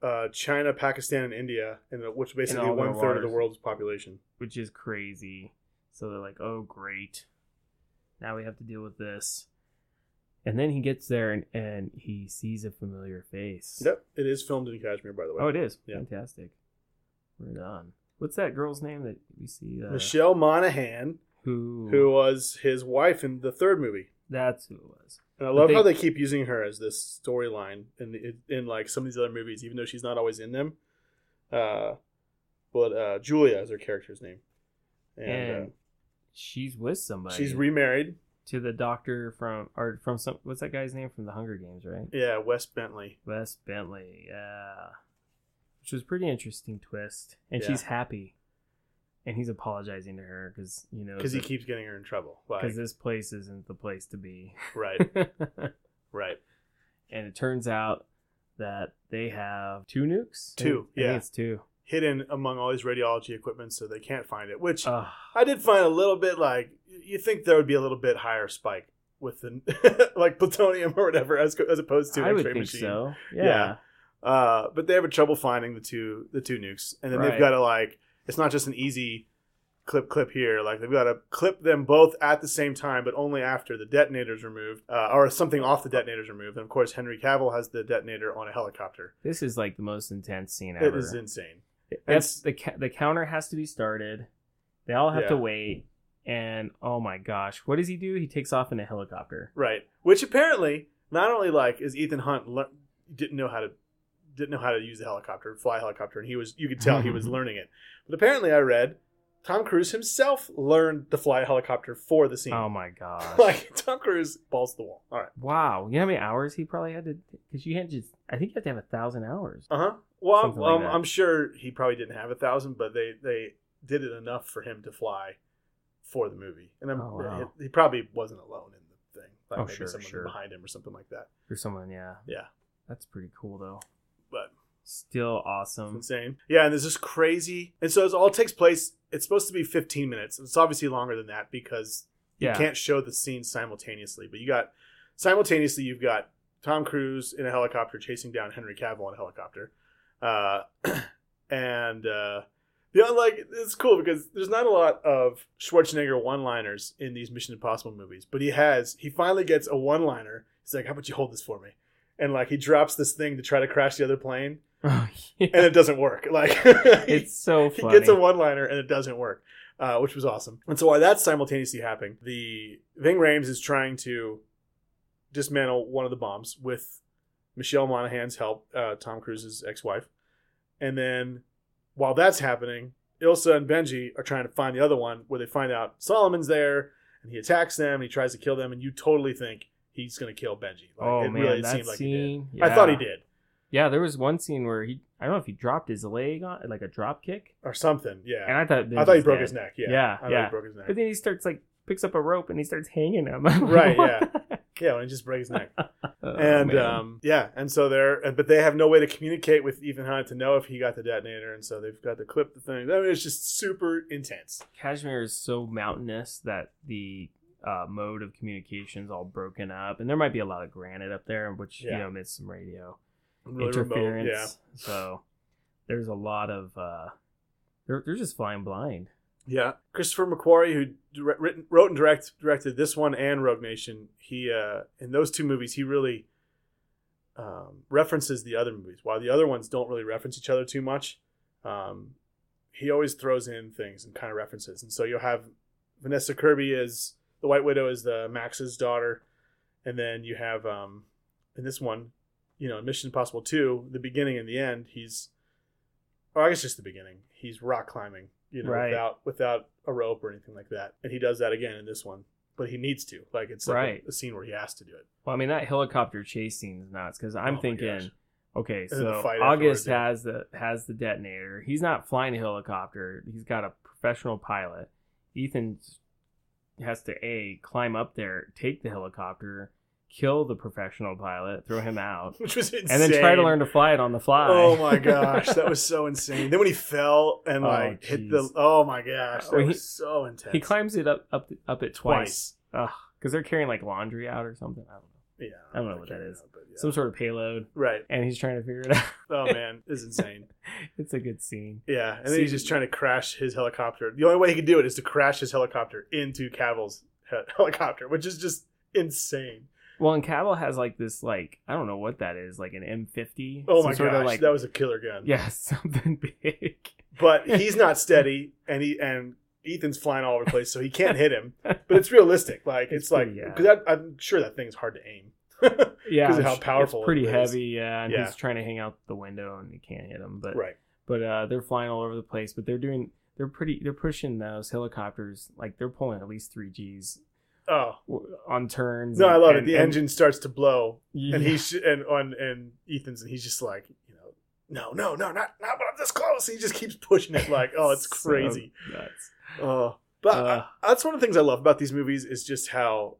B: uh, China, Pakistan, and India, and the- which basically
A: all their
B: one third of the
A: waters.
B: world's population.
A: which is crazy. So they're like, "Oh, great, now we have to deal with this." And then he gets there and, and he sees a familiar face.
B: Yep, it is filmed in Kashmir, by the way.
A: Oh, it is
B: Yeah.
A: fantastic. Right on. What's that girl's name that we see? Uh,
B: Michelle Monaghan,
A: Who?
B: who was his wife in the third movie,
A: That's who it was.
B: and I
A: But
B: love
A: they-
B: how they keep using her as this storyline in the, in like some of these other movies, even though she's not always in them. Uh, but uh, Julia is her character's name, and,
A: and
B: uh,
A: she's with somebody.
B: she's remarried.
A: to the doctor from or from some. What's that guy's name from the Hunger Games? Right.
B: Yeah, Wes Bentley.
A: Wes Bentley, yeah. Which was a pretty interesting twist. And
B: Yeah.
A: she's happy. And he's apologizing to her because, you know,
B: because he keeps getting her in trouble. Like,
A: because this place isn't the place to be.
B: right,
A: and
B: right.
A: it turns out that they have two nukes? I
B: Two,
A: think- I think
B: yeah.
A: it's two.
B: Hidden among all these radiology equipment, so they can't find it. Which
A: Ugh.
B: I did find a little bit like you think there would be a little bit higher spike with the like plutonium or whatever as, co- as opposed to an
A: I would
B: X-ray
A: think
B: machine.
A: so. Yeah.
B: Yeah. Uh, but they have a trouble finding the two the two nukes, and then
A: Right.
B: they've got to like it's not just an easy clip clip here. Like they've got to clip them both at the same time, but only after the detonator's removed uh, or something off the detonator's removed. And of course, Henry Cavill has the detonator on a helicopter.
A: This is like the most intense scene ever.
B: It is insane.
A: That's the ca- the counter has to be started. They all have to
B: Yeah.
A: wait. And oh my gosh, what does he do? He takes off in a helicopter.
B: Right. Which apparently not only like is Ethan Hunt le- didn't know how to didn't know how to use the helicopter, fly a helicopter, and he was you could tell he was learning it. But apparently, I read Tom Cruise himself learned to fly a helicopter for the scene.
A: Oh my gosh.
B: like Tom Cruise balls to the wall. All right.
A: Wow, you know how many hours he probably had to? Because you had just, I think you have to have a thousand hours.
B: Uh huh. Well,
A: Something like
B: um,
A: that.
B: I'm sure he probably didn't have a thousand, but they they did it enough for him to fly for the movie, and I'm,
A: Oh, wow.
B: he, he probably wasn't alone in the thing. Like
A: Oh,
B: maybe
A: sure,
B: someone
A: sure.
B: behind him or something like that.
A: Or someone, yeah.
B: Yeah.
A: That's pretty cool though.
B: But
A: Still
B: It's
A: awesome.
B: insane. Yeah, and there's this crazy. And so it all takes place. It's supposed to be 15 minutes. It's obviously longer than that because
A: Yeah.
B: you can't show the scenes simultaneously. But you got simultaneously, you've got Tom Cruise in a helicopter chasing down Henry Cavill in a helicopter, uh, and uh, yeah, like it's cool because there's not a lot of Schwarzenegger one-liners in these Mission Impossible movies, but he has. He finally gets a one-liner. He's like, "How about you hold this for me?" And like he drops this thing to try to crash the other plane,
A: Oh, yeah.
B: and it doesn't work. Like
A: It's so
B: he
A: funny.
B: gets a one liner and it doesn't work, uh, which was awesome. And so while that's simultaneously happening, the Ving Rhames is trying to dismantle one of the bombs with Michelle Monaghan's help, uh, Tom Cruise's ex-wife, and then while that's happening, Ilsa and Benji are trying to find the other one, where they find out Solomon's there and he attacks them and he tries to kill them, and you totally think he's going to kill Benji. Like,
A: oh
B: it
A: man,
B: really
A: that
B: seemed like he did.
A: scene.
B: I thought he
A: yeah.
B: did
A: Yeah, there was one scene where he, I don't know if he dropped his leg on, like a drop kick,
B: or something.
A: and
B: Yeah,
A: I thought
B: I thought he broke his neck. Yeah,
A: Yeah,
B: I thought
A: yeah.
B: he broke his neck.
A: But then he starts like picks up a rope and he starts hanging him.
B: Right, Yeah, when he just breaks his neck.
A: Oh,
B: and
A: man.
B: um, yeah, and so they're and- but they have no way to communicate with Ethan Hunt to know if he got the detonator, and so they've got to clip the thing. I mean, it's just super intense.
A: Kashmir is so mountainous that the uh, mode of communication is all broken up, and there might be a lot of granite up there, which you
B: Yeah.
A: know emits some radio
B: Really remote,
A: interference.
B: Yeah,
A: So there's a lot of uh, they're they're just flying blind.
B: yeah. Christopher McQuarrie, who dire- written, wrote and direct, directed this one and Rogue Nation, he uh, in those two movies he really um, references the other movies, while the other ones don't really reference each other too much. Um, he always throws in things and kind of references, and so you'll have Vanessa Kirby is the White Widow is the Max's daughter, and then you have um, in this one, you know, in Mission Impossible Two, the beginning and the end, he's, or I guess just the beginning, he's rock climbing, you know,
A: Right.
B: without without a rope or anything like that, and he does that again in this one, but he needs to, like it's like a-
A: Right.
B: a, scene where he has to do it.
A: Well, I mean that helicopter chase scene is nuts because
B: Oh
A: I'm
B: my gosh.
A: thinking, okay,
B: then the
A: so
B: fight afterwards,
A: August
B: yeah.
A: has the has the detonator. He's not flying a helicopter. He's got a professional pilot. Ethan has to a climb up there, take the helicopter, kill the professional pilot, throw him out,
B: which was insane.
A: and then try to learn to fly it on the fly.
B: Oh my gosh, that was so insane. Then when he fell and
A: Oh,
B: like hit the
A: jeez.
B: oh my gosh, that
A: Oh, he-
B: was so intense.
A: he climbs it up up up it twice
B: twice.
A: because they're carrying like laundry out or something. I don't know,
B: Yeah,
A: I don't know what
B: can't
A: that is.
B: but yeah.
A: some sort of payload,
B: right.
A: and he's trying to figure it out.
B: Oh man, it's insane.
A: it's a good scene.
B: Yeah, and then he's
A: See-
B: just trying to crash his helicopter. The only way he could do it is to crash his helicopter into Cavill's he- helicopter, which is just insane.
A: Well, and Cavill has like this, like I don't know what that is, like an M50.
B: Oh
A: some
B: my
A: sort
B: gosh,
A: of like
B: that was a killer gun.
A: yeah, something big.
B: but he's not steady, and he and Ethan's flying all over the place, so he can't hit him. But it's realistic. Like it's,
A: It's
B: like
A: pretty, yeah.
B: because I'm sure that thing's hard to aim.
A: Yeah,
B: of how
A: it's-
B: powerful
A: It's pretty
B: it is.
A: heavy. Yeah, and
B: Yeah.
A: he's trying to hang out the window and he can't hit him. But
B: right.
A: But uh, they're flying all over the place. But they're doing they're pretty they're pushing those helicopters like they're pulling at least three G's
B: Oh
A: w- on turns.
B: no, I
A: and-
B: love it.
A: and-
B: The
A: and-
B: engine starts to blow,
A: Yeah.
B: and he's and on and Ethan's and he's just like you know. No, no, no, not not when I'm this close. He just keeps pushing it like, oh, it's
A: So
B: crazy.
A: nuts.
B: Oh, but
A: Uh,
B: I, that's one of the things I love about these movies is just how,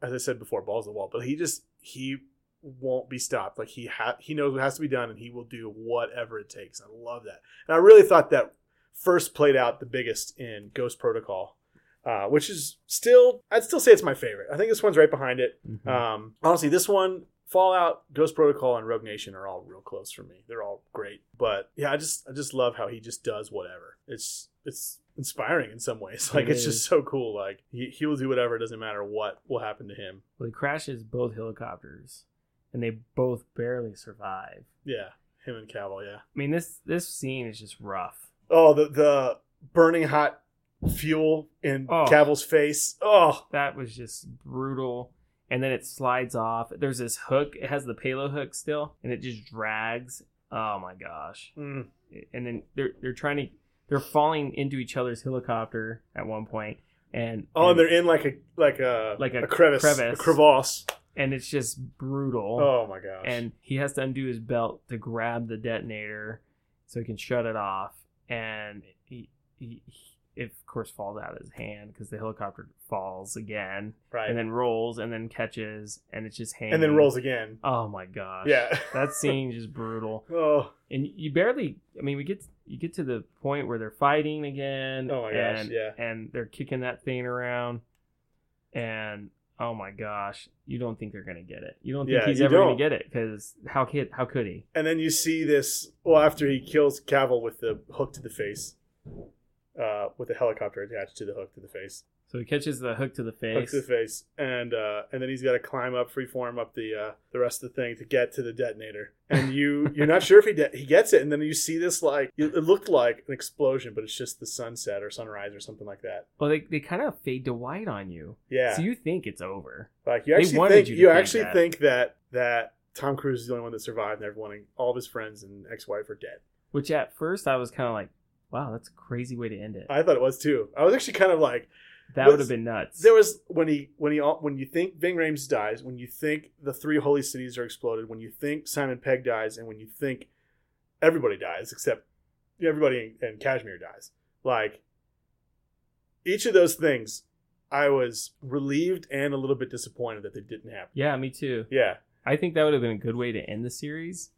B: as I said before, balls to the wall. But he just he won't be stopped. Like he ha- he knows what has to be done, and he will do whatever it takes. I love that, and I really thought that first played out the biggest in Ghost Protocol, uh, which is still I'd still say it's my favorite. I think this one's right behind it.
A: Mhm.
B: Um, honestly, this one, Fallout, Ghost Protocol, and Rogue Nation are all real close for me. They're all great, but yeah, I just I just love how he just does whatever. It's it's inspiring in some ways. Like
A: It
B: it's
A: is.
B: just so cool. Like he he will do whatever. It doesn't matter what will happen to him.
A: Well, he crashes both helicopters, and they both barely survive.
B: Yeah, him and Cavill. Yeah.
A: I mean this this scene is just rough.
B: Oh, the the burning hot fuel in
A: Oh.
B: Cavill's face. Oh,
A: That was just brutal. And then it slides off. There's this hook. It has the payload hook still, and it just drags. Oh my gosh!
B: Mm.
A: And then they're they're trying to they're falling into each other's helicopter at one point, and
B: oh, and they're in like a like a
A: Like a
B: crevice,
A: crevice.
B: a crevasse.
A: and it's just brutal.
B: Oh my gosh.
A: and he has to undo his belt to grab the detonator so he can shut it off and he, he, he it of course falls out of his hand because the helicopter falls again
B: right,
A: and then rolls and then catches and it's just hanging
B: and then rolls again.
A: oh my gosh
B: Yeah.
A: that scene is just brutal
B: Oh.
A: and you barely i mean we get you get to the point where they're fighting again
B: Oh my gosh,
A: and,
B: yeah.
A: and they're kicking that thing around and oh my gosh you don't think they're gonna get it you don't think
B: Yeah,
A: he's
B: you
A: ever
B: don't.
A: gonna get it because how could how could he
B: And then you see this. Well, after he kills Cavill with the hook to the face, uh, with the helicopter attached to the hook to the face,
A: so he catches the hook to the
B: hook
A: face
B: to the face, and uh, and then he's got to climb up, freeform up the uh, the rest of the thing to get to the detonator. And you you're not sure if he de- he gets it, and then you see this like it it looked like an explosion, but it's just the sunset or sunrise or something like that.
A: well they, they kind of fade to white on you
B: Yeah,
A: so you think it's over
B: like you
A: they
B: actually
A: wanted
B: think
A: you
B: you,
A: to think
B: actually
A: that.
B: think that that Tom Cruise is the only one that survived, and everyone, all of his friends and ex-wife are dead.
A: which at first i was kind of like wow that's a crazy way to end it
B: I thought it was too. I was actually kind of like.
A: that would have
B: was-
A: been nuts
B: There was when he when he al- when you think Ving Rhames dies, when you think the three holy cities are exploded, when you think Simon Pegg dies, and when you think everybody dies except everybody in, in Kashmir dies. Like each of those things, I was relieved and a little bit disappointed that they didn't happen.
A: yeah me too
B: Yeah.
A: i think that would have been a good way to end the series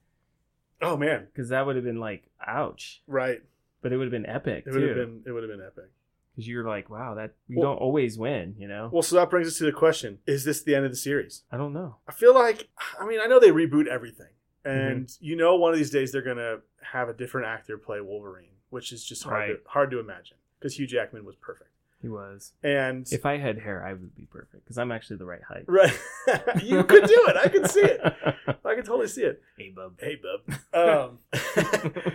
B: Oh man.
A: because that would have been like ouch
B: Right.
A: but it would have been epic
B: It would have
A: too
B: been. It would have been epic.
A: because you're like wow that you
B: Well-
A: don't always win you know
B: Well, so that brings us to the question: Is this the end of the series?
A: i don't know
B: I feel like I mean I know they reboot everything,
A: Mm-hmm.
B: and you know one of these days they're gonna have a different actor play Wolverine, which is just hard
A: Right.
B: to, hard to imagine because Hugh Jackman was perfect.
A: he was
B: And
A: if i had hair i would be perfect because i'm actually the right height
B: right, you could do it. I could see it. I could totally see it.
A: hey bub
B: Hey, bub. Um,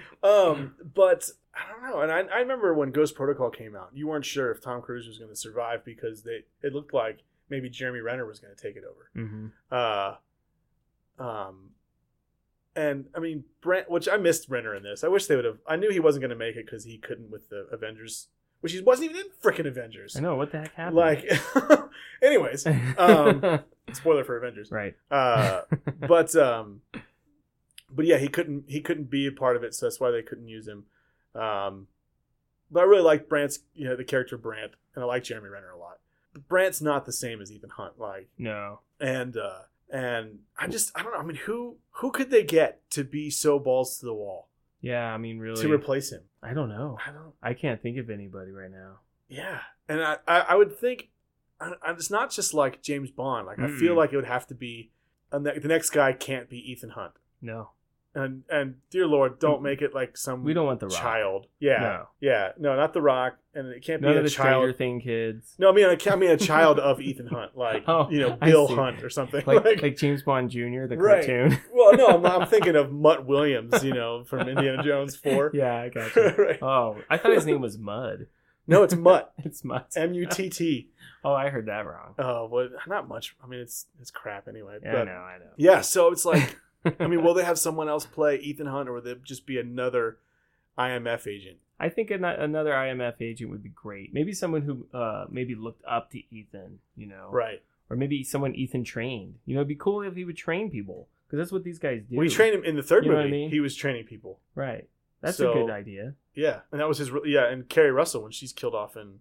B: um, but I don't know. And I, I remember when Ghost Protocol came out, you weren't sure if Tom Cruise was going to survive because they it looked like maybe Jeremy Renner was going to take it over.
A: hmm
B: Uh, um, and I mean, Brent, which I missed Renner in this. I wish they would have. I knew he wasn't going to make it because he couldn't with the Avengers, which he wasn't even in freaking Avengers.
A: i know what the heck happened
B: Like, anyways, um, spoiler for Avengers.
A: right
B: Uh, but um, but yeah, he couldn't. He couldn't be a part of it, so that's why they couldn't use him. Um, but I really liked Brant's, you know, the character Brant, and I like Jeremy Renner a lot. But Brant's not the same as Ethan Hunt. Like,
A: no
B: and uh and i just i don't know i mean who who could they get to be so balls to the wall
A: yeah i mean really
B: to replace him
A: i don't know
B: i don't
A: i can't think of anybody right now
B: yeah and i i, I would think I, I, it's not just like james bond like i feel
A: Mm-mm.
B: like it would have to be a ne- the next guy can't be ethan hunt
A: no
B: and and dear lord don't
A: Mm-mm.
B: make it like some
A: Hmm. we don't want the rock
B: child yeah
A: no
B: yeah no not the rock and it can't
A: none
B: be
A: of
B: a
A: the
B: child
A: stranger thing kids
B: no i mean I, I mean a child of ethan hunt like
A: Oh,
B: you know
A: I
B: bill
A: see.
B: hunt or something
A: like, like james bond jr the
B: Right.
A: cartoon
B: Well, no, I'm, I'm thinking of Mutt Williams, you know, from Indiana Jones 4.
A: yeah i got you
B: Right.
A: oh i thought his name was mud
B: No, it's Mutt.
A: it's mud
B: M U T T.
A: oh i heard that wrong
B: Oh, well, not much. I mean, it's it's crap anyway.
A: yeah, i
B: but-
A: know i know
B: yeah, so it's like, I mean, will they have someone else play Ethan Hunt or will they just be another IMF agent.
A: I think an- another IMF agent would be great. Maybe someone who uh, maybe looked up to Ethan, you know,
B: Right.
A: or maybe someone Ethan trained. You know, it'd be cool if he would train people because that's what these guys do.
B: We trained him in the third
A: You know
B: movie.
A: what I mean?
B: He was training people.
A: right? That's
B: So-
A: a good idea.
B: Yeah, and that was his. re- Yeah, and Carrie Russell when she's killed off in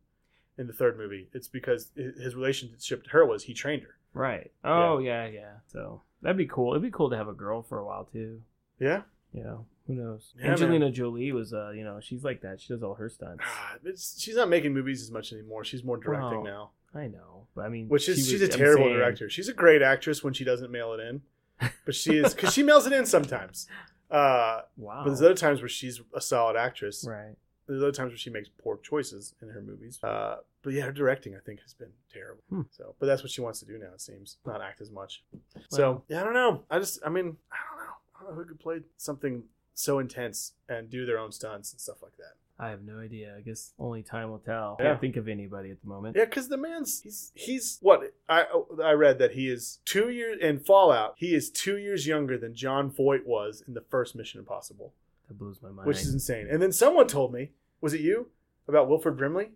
B: in the third movie, it's because hi- his relationship to her was he trained her.
A: Right. Oh yeah. yeah, So that'd be cool. It'd be cool to have a girl for a while too.
B: Yeah,
A: You know, who knows?
B: Yeah, man.
A: Angelina Jolie was, uh, you know, she's like that. She does all her stunts.
B: it's, she's not making movies as much anymore. She's more directing
A: Wow.
B: now,
A: I know, but I mean,
B: which is
A: she
B: she's
A: was-
B: a
A: I'm
B: terrible
A: saying-
B: director. She's a great actress when she doesn't mail it in, but she is because she mails it in sometimes. Uh,
A: Wow.
B: but there's other times where she's a solid actress.
A: Oh. right.
B: There's other times where she makes poor choices in her movies. Uh, but yeah, her directing I think has been terrible.
A: Hmm.
B: So, but that's what she wants to do now. It seems not act as much. so yeah, I don't know. I just I mean I don't know. I don't know who could play something so intense and do their own stunts and stuff like that.
A: I have no idea. I guess only time will tell. I
B: Yeah.
A: can't think of anybody at the moment.
B: Yeah, because the man's he's he's what I I read that he is two years in Fallout. He is two years younger than John Voight was in the first Mission Impossible,
A: That blows my mind.
B: which is insane. And then someone told me, was it you about Wilford Brimley?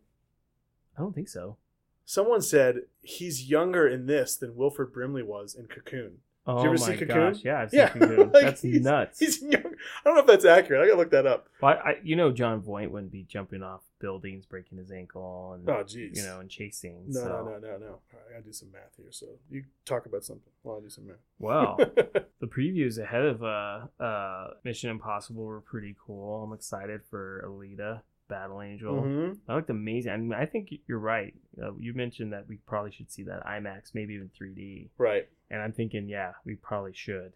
A: I don't think so.
B: Someone said he's younger in this than Wilford Brimley was in Cocoon.
A: Oh
B: you ever
A: my
B: see Cocoon?
A: gosh! Yeah, I've seen
B: Yeah,
A: Cocoon.
B: like,
A: That's
B: he's-
A: nuts.
B: He's young. I don't know if that's accurate. I gotta look that up.
A: But I, you know, John Voight wouldn't be jumping off buildings, breaking his ankle, and
B: Oh, jeez.
A: you know, and chasing.
B: No,
A: so.
B: no, no, no, no. All right, I gotta do some math here. So you talk about something while I do some math.
A: Wow, the previews ahead of uh, uh, Mission Impossible were pretty cool. I'm excited for Alita, Battle Angel.
B: Mhm.
A: That looked amazing. I, mean, I think you're right. Uh, you mentioned that we probably should see that IMAX, maybe even 3D.
B: Right.
A: And I'm thinking, yeah, we probably should.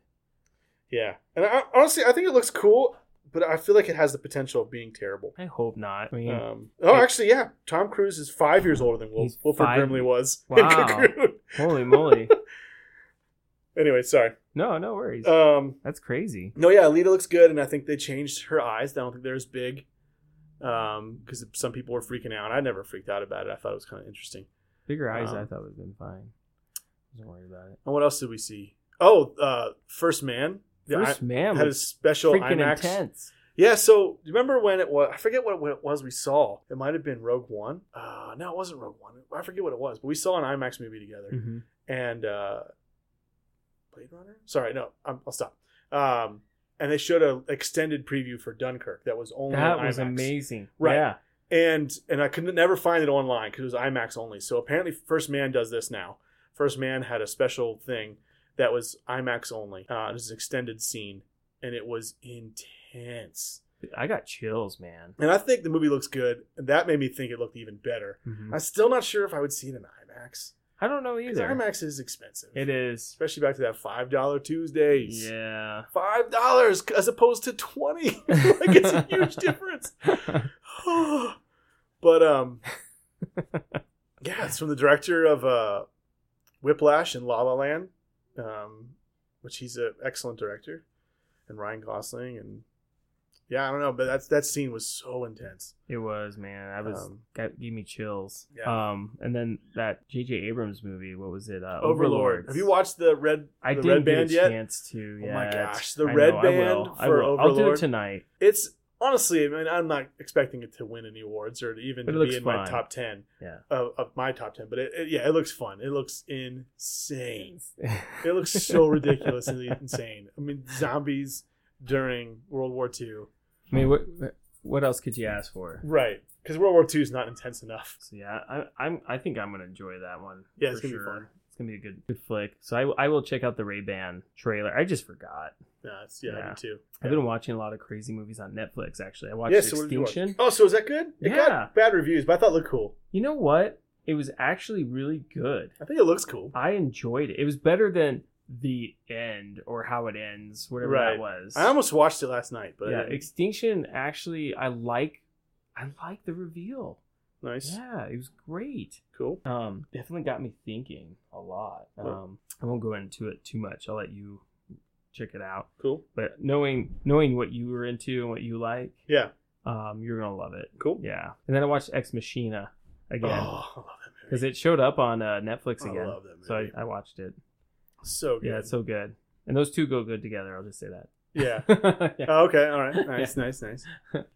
B: Yeah. And I, honestly, I think it looks cool, but I feel like it has the potential of being terrible.
A: I hope not. Uh, I mean,
B: Um, oh, actually, yeah. Tom Cruise is five years older than Wolf,
A: He's
B: Wilford
A: five-
B: Brimley was in
A: Wow.
B: Cocoon.
A: holy moly!
B: anyway, sorry.
A: No, no worries.
B: Um,
A: That's crazy.
B: no, yeah, Alita looks good, and I think they changed her eyes. I don't think they're as big because some people were freaking out. I never freaked out about it. I thought it was kind of interesting.
A: Bigger eyes, I
B: Um,
A: thought would have been fine. Don't worry about it.
B: And what else did we see? Oh, uh, First Man. The
A: First man
B: had a
A: was
B: special
A: freaking
B: IMAX.
A: intense.
B: Yeah, so do you remember when it was? I forget what when it was we saw. It might have been Rogue One. Uh, no, it wasn't Rogue One. I forget what it was, but we saw an IMAX movie together.
A: Mhm.
B: And uh, Blade Runner. Sorry, no, I'm, I'll stop. Um, and they showed an extended preview for Dunkirk that was only
A: That
B: on
A: was
B: IMAX.
A: amazing.
B: Right.
A: Yeah.
B: And and I could never find it online because it was IMAX only. So apparently, First Man does this now. First Man had a special thing that was IMAX only. Uh, it was an extended scene, and it was intense.
A: I got chills, man.
B: And I think the movie looks good, and that made me think it looked even better. I'm still not sure if I would see it in IMAX.
A: I don't know
B: 'Cause
A: either.
B: IMAX is expensive.
A: It is.
B: Especially back to that five dollar Tuesdays.
A: Yeah.
B: Five dollars as opposed to twenty. like it's a huge difference. but um Yeah, it's from the director of uh Whiplash and La La Land. Um which he's an excellent director. And Ryan Gosling and yeah, I don't know, but that's that scene was so intense.
A: it was, man. I was
B: Um,
A: got, gave me chills.
B: Yeah.
A: Um, and then that J.J. Abrams movie. What was it? Uh,
B: Overlord. Have you watched the red?
A: I
B: the
A: didn't
B: red
A: get
B: band
A: a
B: yet?
A: chance to.
B: Oh my
A: yet.
B: gosh, the
A: I
B: red
A: know, I
B: band
A: will. I
B: for
A: will. I'll do
B: Overlord.
A: it tonight.
B: It's honestly, I mean, I'm not expecting it to win any awards or to even
A: But it
B: to
A: looks
B: be in my
A: fun.
B: top ten
A: Yeah.
B: of, of my top ten. But it, it- yeah, it looks fun. It looks insane. It looks so ridiculously insane. I mean, zombies during World War II,
A: I mean, what what else could you ask for?
B: right? Because World War II is not intense enough.
A: So yeah, I, I'm. I think I'm gonna enjoy that one.
B: Yeah, it's
A: for
B: gonna be
A: sure.
B: fun.
A: It's gonna be a good, good flick. So I, will- I will check out the Ray Ban trailer. I just forgot.
B: No, it's, yeah, I
A: Yeah.
B: do too.
A: I've been watching a lot of crazy movies on Netflix. Actually, I watched
B: Yes, so what did you watch?
A: Extinction.
B: Oh, so is that good? It
A: Yeah.
B: got bad reviews, but I thought it looked cool.
A: You know what? It was actually really good.
B: I think it looks cool.
A: I enjoyed it. It was better than the end or how it ends, whatever
B: Right.
A: that was.
B: I almost watched it last night, but I
A: yeah,
B: didn't.
A: Extinction. Actually, I like. I like the reveal.
B: nice,
A: Yeah, it was great.
B: cool.
A: Um, definitely got me thinking a lot.
B: Cool.
A: Um, I won't go into it too much. I'll let you check it out.
B: Cool.
A: But knowing knowing what you were into and what you like,
B: Yeah.
A: um, you're gonna love it.
B: Cool.
A: Yeah. And then I watched Ex Machina again
B: Oh, I love that
A: because
B: movie.
A: it showed up on uh, Netflix
B: I
A: again.
B: love that
A: So
B: movie.
A: I, I watched it.
B: so good.
A: Yeah, it's so good. And those two go good together. I'll just say that.
B: Yeah.
A: Yeah.
B: Oh, okay. All right. Nice. Nice. Nice.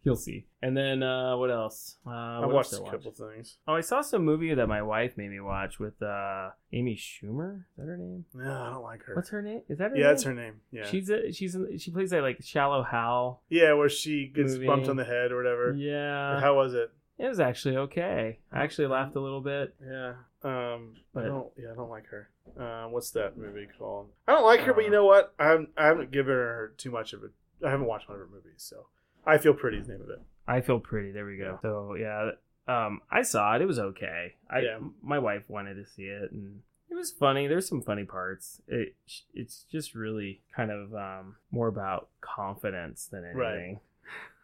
A: You'll see. And then uh, what else? Uh,
B: I
A: what
B: watched
A: else
B: a
A: did I watch?
B: couple things.
A: Oh, I saw some movie that my wife made me watch with uh, Amy Schumer. Is that her name?
B: No, I don't like her.
A: What's her name? Is that her?
B: yeah,
A: name?
B: that's her name. Yeah.
A: She's a, she's in, she plays that like shallow Hal.
B: yeah, where she gets
A: Movie.
B: bumped on the head or whatever.
A: Yeah,
B: How was it?
A: it was actually okay. I actually
B: Mm-hmm.
A: laughed a little bit.
B: Yeah. Um. I
A: But-
B: don't. Yeah, I don't like her. Uh, what's that movie called? I don't like her,
A: Uh.
B: but you know what? I haven't, I haven't given her too much of it. I haven't watched one of her movies, so I feel pretty's the name of it.
A: I feel pretty. There we go. So yeah, um, I saw it. It was okay. I
B: Yeah.
A: my wife wanted to see it, and it was funny. There's some funny parts. It it's just really kind of um more about confidence than
B: Right.
A: anything.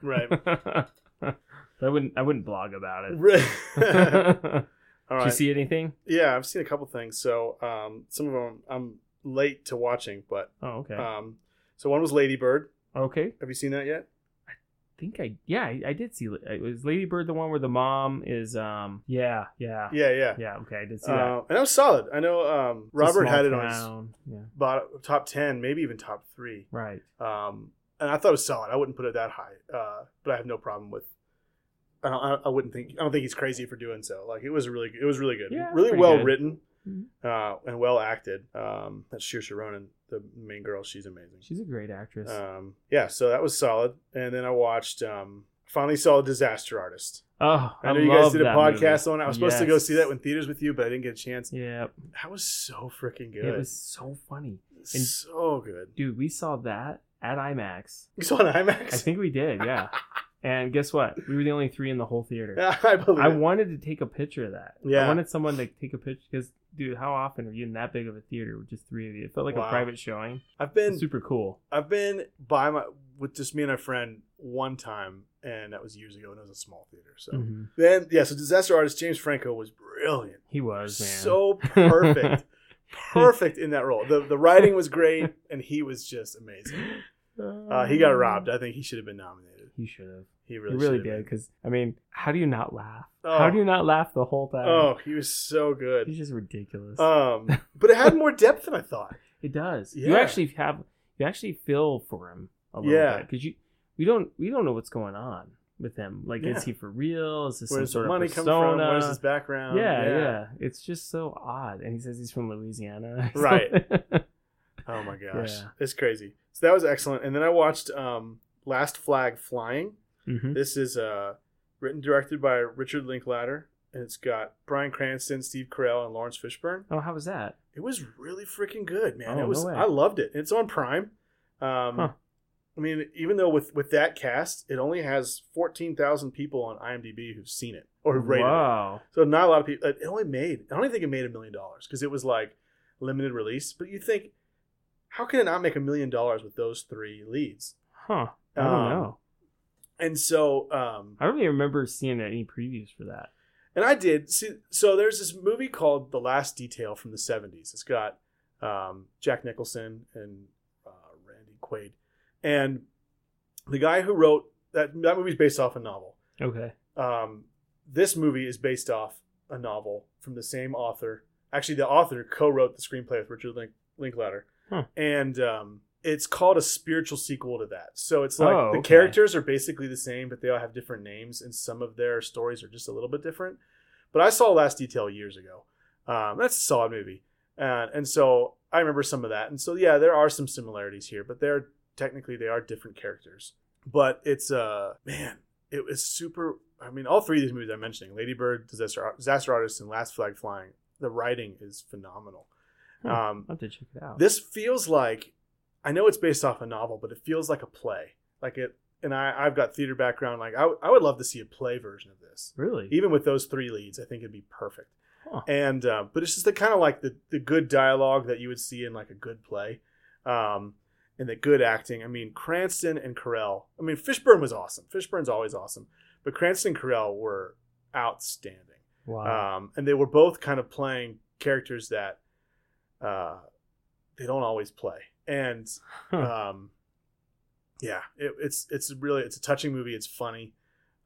B: Right.
A: I wouldn't I wouldn't blog about it.
B: Right. All
A: Did
B: right.
A: you see anything?
B: yeah, I've seen a couple things. So um, some of them I'm late to watching, but
A: Oh okay.
B: um, so one was Lady Bird.
A: okay.
B: Have you seen that yet?
A: I think I yeah I, I did see it was Lady Bird the one where the mom is um yeah yeah yeah,
B: Yeah, yeah.
A: okay I did see that
B: Uh, and that was solid. I know um,
A: It's a
B: Robert
A: small
B: had it on his
A: town. yeah
B: bottom, top ten, maybe even top three.
A: right
B: Um, and I thought it was solid. I wouldn't put it that high, uh, but I have no problem with. I don't. I- I wouldn't think. I don't think he's crazy for doing so. Like it was really. It was really good.
A: Yeah, it was
B: really
A: pretty
B: well
A: good.
B: written,
A: Mhm.
B: uh, and well acted. Um, that's Saoirse Ronan, the main girl. She's amazing.
A: she's a great actress
B: Um, yeah, so that was solid. And then I watched, um, finally saw Disaster Artist.
A: oh
B: I know you guys
A: love
B: did a
A: that
B: podcast on it. I was supposed to go
A: Yes.
B: see that in theaters with you, but I didn't get a chance.
A: movie. yeah
B: That was so freaking
A: it
B: good.
A: was so funny and-
B: so good.
A: dude we saw that at IMAX
B: You saw it on IMAX?
A: I think we did yeah and guess what we were the only three in the whole theater
B: yeah, I believe
A: I
B: it.
A: wanted to take a picture of that
B: Yeah.
A: I wanted someone to take a picture because dude how often are you in that big of a theater with just three of you it felt like
B: Wow.
A: a private showing
B: I've been
A: super cool
B: I've been by my with just me and a friend one time, and that was years ago, and it was a small theater. So
A: Mhm.
B: then, yeah, so Disaster Artist James Franco was brilliant.
A: he was man
B: so perfect, perfect in that role. the The writing was great, and he was just amazing. Uh, he got robbed. I think he should have been nominated.
A: He should have.
B: He
A: He
B: really,
A: really
B: should have
A: did.
B: been.
A: Because I mean, how do you not laugh?
B: Oh.
A: How do you not laugh the whole time?
B: Oh, he was so
A: he's
B: good.
A: just ridiculous.
B: Um, but it had more depth than I thought.
A: it does.
B: yeah.
A: You actually have. You actually feel for him a little
B: Yeah.
A: bit because you. We don't. We don't know what's going on with him. Like,
B: Yeah.
A: is he for real? Is this
B: Where
A: some
B: does the
A: sort
B: money
A: of
B: come
A: persona?
B: from? What is his background?
A: yeah, yeah, It's just so odd. And he says he's from Louisiana.
B: Right. Oh my gosh,
A: Yeah.
B: it's crazy. So that was excellent. And then I watched um, Last Flag Flying.
A: hmm
B: This is uh, written directed by Richard Linklater, and it's got Brian Cranston, Steve Carell, and Lawrence Fishburne.
A: Oh, how was that?
B: It was really freaking good, man.
A: Oh,
B: it was
A: no way.
B: I loved it. It's on Prime. Um,
A: Huh.
B: I mean, even though with with that cast, it only has fourteen thousand people on IMDb who've seen it or who've rated it.
A: Wow.
B: So not a lot of people. It only made. I don't think it made a million dollars because it was like limited release. But you think, how can it not make a million dollars with those three leads?
A: Huh. I don't
B: Um,
A: know.
B: And so, um,
A: I don't even remember seeing any previews for that.
B: and I did see. So there's this movie called The Last Detail from the '70s. It's got um, Jack Nicholson and uh, Randy Quaid, and the guy who wrote that that movie's based off a novel.
A: Okay.
B: um, this movie is based off a novel from the same author. Actually, the author co-wrote the screenplay with Richard Link- Linklater,
A: Huh.
B: and um, it's called a spiritual sequel to that. So it's like
A: Oh,
B: the
A: okay.
B: characters are basically the same, but they all have different names, and some of their stories are just a little bit different. But I saw Last Detail years ago. Um, that's a solid movie, uh, and so I remember some of that. And so yeah, there are some similarities here, but they're technically they are different characters. But it's uh man, it was super. I mean, all three of these movies I'm mentioning, Lady Bird, Disaster, Disaster Artist, and Last Flag Flying, the writing is phenomenal.
A: Hmm.
B: Um,
A: I'll have to check it out.
B: this feels like, I know it's based off a novel, but it feels like a play. Like it, and I, I've got theater background. Like I, w- I would love to see a play version of this.
A: really?
B: Even with those three leads, I think it'd be perfect.
A: Huh.
B: e- And uh, but it's just the kind of like the the good dialogue that you would see in like a good play, um, and the good acting. I mean, Cranston and Carell. I mean, Fishburne was awesome. Fishburne's always awesome, but Cranston and Carell were outstanding.
A: Wow.
B: Um, and they were both kind of playing characters that uh, they don't always play. And
A: Huh.
B: um, yeah, it, it's it's really it's a touching movie. It's funny.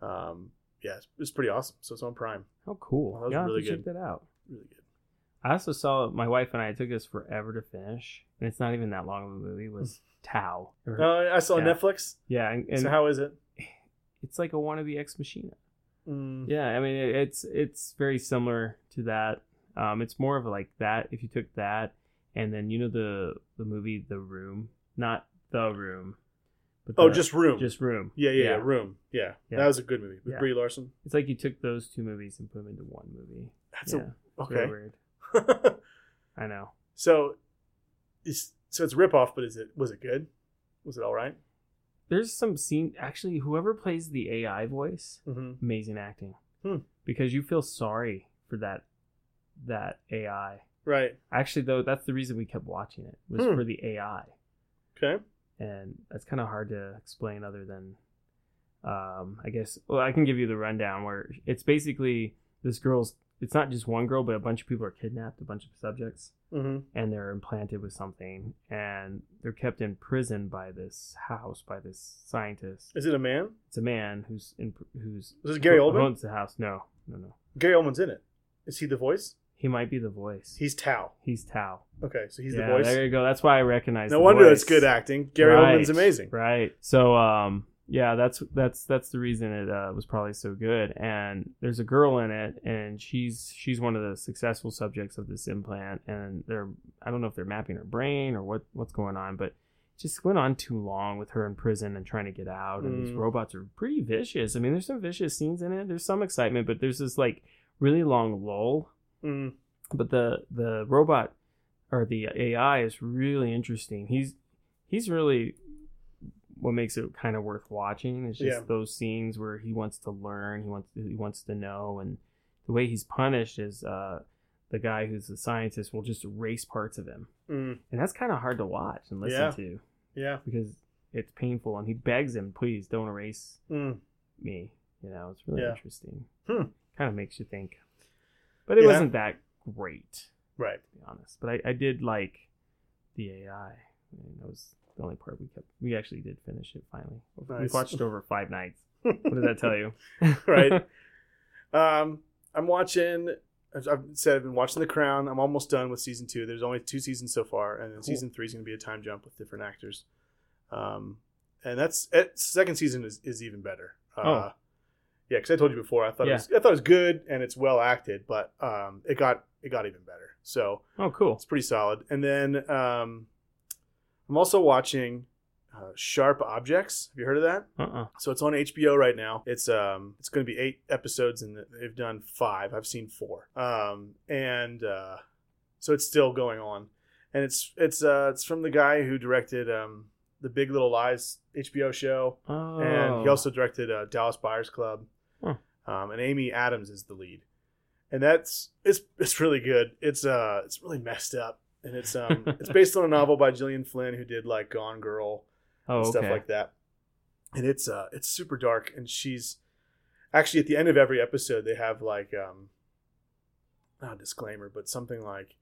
B: Um, yeah, it's, it's pretty awesome. So it's on Prime.
A: How
B: Well,
A: cool.
B: that was
A: yeah, I'll have
B: really
A: to check that out.
B: Really good.
A: I also saw my wife and I it took us forever to finish, and it's not even that long of a movie. Was Tau. Or-
B: Uh, I saw
A: Yeah.
B: Netflix.
A: yeah, and, and
B: so how is it?
A: it's like a wannabe ex machina.
B: Mm,
A: Yeah, I mean it, it's it's very similar to that. Um, it's more of like that. If you took that and then you know the the movie The Room, not The Room, but
B: Oh,
A: the-
B: just room.
A: just Room.
B: yeah, yeah, yeah,
A: Yeah.
B: room. Yeah.
A: Yeah.
B: that was a good movie with
A: Yeah.
B: Brie Larson.
A: It's like you took those two movies and put them into one movie.
B: That's
A: yeah,
B: a
A: it's very
B: okay.
A: weird. I know.
B: so, it's so it's a ripoff, but is it was it good? Was it all right?
A: There's some scene actually. Whoever plays the AI voice,
B: Mm-hmm.
A: amazing acting
B: Hmm.
A: because you feel sorry for that that AI.
B: Right.
A: Actually, though, that's the reason we kept watching it was
B: Hmm.
A: for the AI,
B: Okay.
A: and that's kind of hard to explain other than, um, I guess. Well, I can give you the rundown where it's basically this girl's. It's not just one girl, but a bunch of people are kidnapped, a bunch of subjects,
B: Mm-hmm.
A: and they're implanted with something, and they're kept in prison by this house, by this scientist.
B: Is it a man?
A: It's a man who's in who's
B: Is it Gary
A: who
B: Oldman?
A: owns the house. No, no, no.
B: Gary Oldman's in it. Is he the voice?
A: He might be the voice.
B: He's Tao.
A: he's Tao.
B: Okay, so he's
A: Yeah,
B: the voice.
A: There you go. That's why I recognize.
B: No
A: the
B: wonder
A: voice.
B: it's good acting. Gary
A: Right,
B: Oldman's amazing.
A: Right. So um yeah, that's that's that's the reason it uh, was probably so good. And there's a girl in it, and she's she's one of the successful subjects of this implant. And they're I don't know if they're mapping her brain or what what's going on, but it just went on too long with her in prison and trying to get out. And these
B: Mm.
A: robots are pretty vicious. I mean, there's some vicious scenes in it. There's some excitement, but there's this like really long lull
B: Mm,
A: but the the robot or the AI is really interesting. He's he's really what makes it kind of worth watching. It's just
B: Yeah.
A: those scenes where he wants to learn, he wants he wants to know, and the way he's punished is uh, the guy who's the scientist will just erase parts of him,
B: mm,
A: and that's kind of hard to watch and listen
B: Yeah.
A: to
B: yeah.
A: because it's painful. And he begs him, please don't erase
B: Mm.
A: me. You know, it's really
B: Yeah.
A: interesting.
B: Hmm.
A: Kind of makes you think, but it
B: Yeah.
A: wasn't that great
B: Right.
A: to be honest. But I, I did like the AI. And that was the only part we kept. We actually did finish it finally. We
B: Nice.
A: watched over five nights. What does that tell you?
B: Right. Um, I'm watching. I've I've said I've been watching The Crown. I'm almost done with season two. There's only two seasons so far, and then season three is going to be a time jump with different actors. Um, and that's it, second season is, is even better. Uh,
A: Oh.
B: yeah, because I told you before, I thought it was, I thought it was good and it's well acted, but um, it got it got even better. So
A: oh, cool.
B: it's pretty solid. And then um, I'm also watching uh, Sharp Objects. Have you heard of that?
A: Uh uh
B: So it's on HBO right now. It's um it's going to be eight episodes and they've done five. I've seen four. Um and uh, so it's still going on, and it's it's uh it's from the guy who directed um the Big Little Lies HBO show,
A: Oh.
B: and he also directed uh, Dallas Buyers Club.
A: Huh.
B: Um, and Amy Adams is the lead, and that's it's it's really good. It's uh it's really messed up, and it's um it's based on a novel by Gillian Flynn who did like Gone Girl
A: oh,
B: and
A: okay.
B: stuff like that. And it's uh it's super dark and she's actually at the end of every episode they have like um not a disclaimer, but something like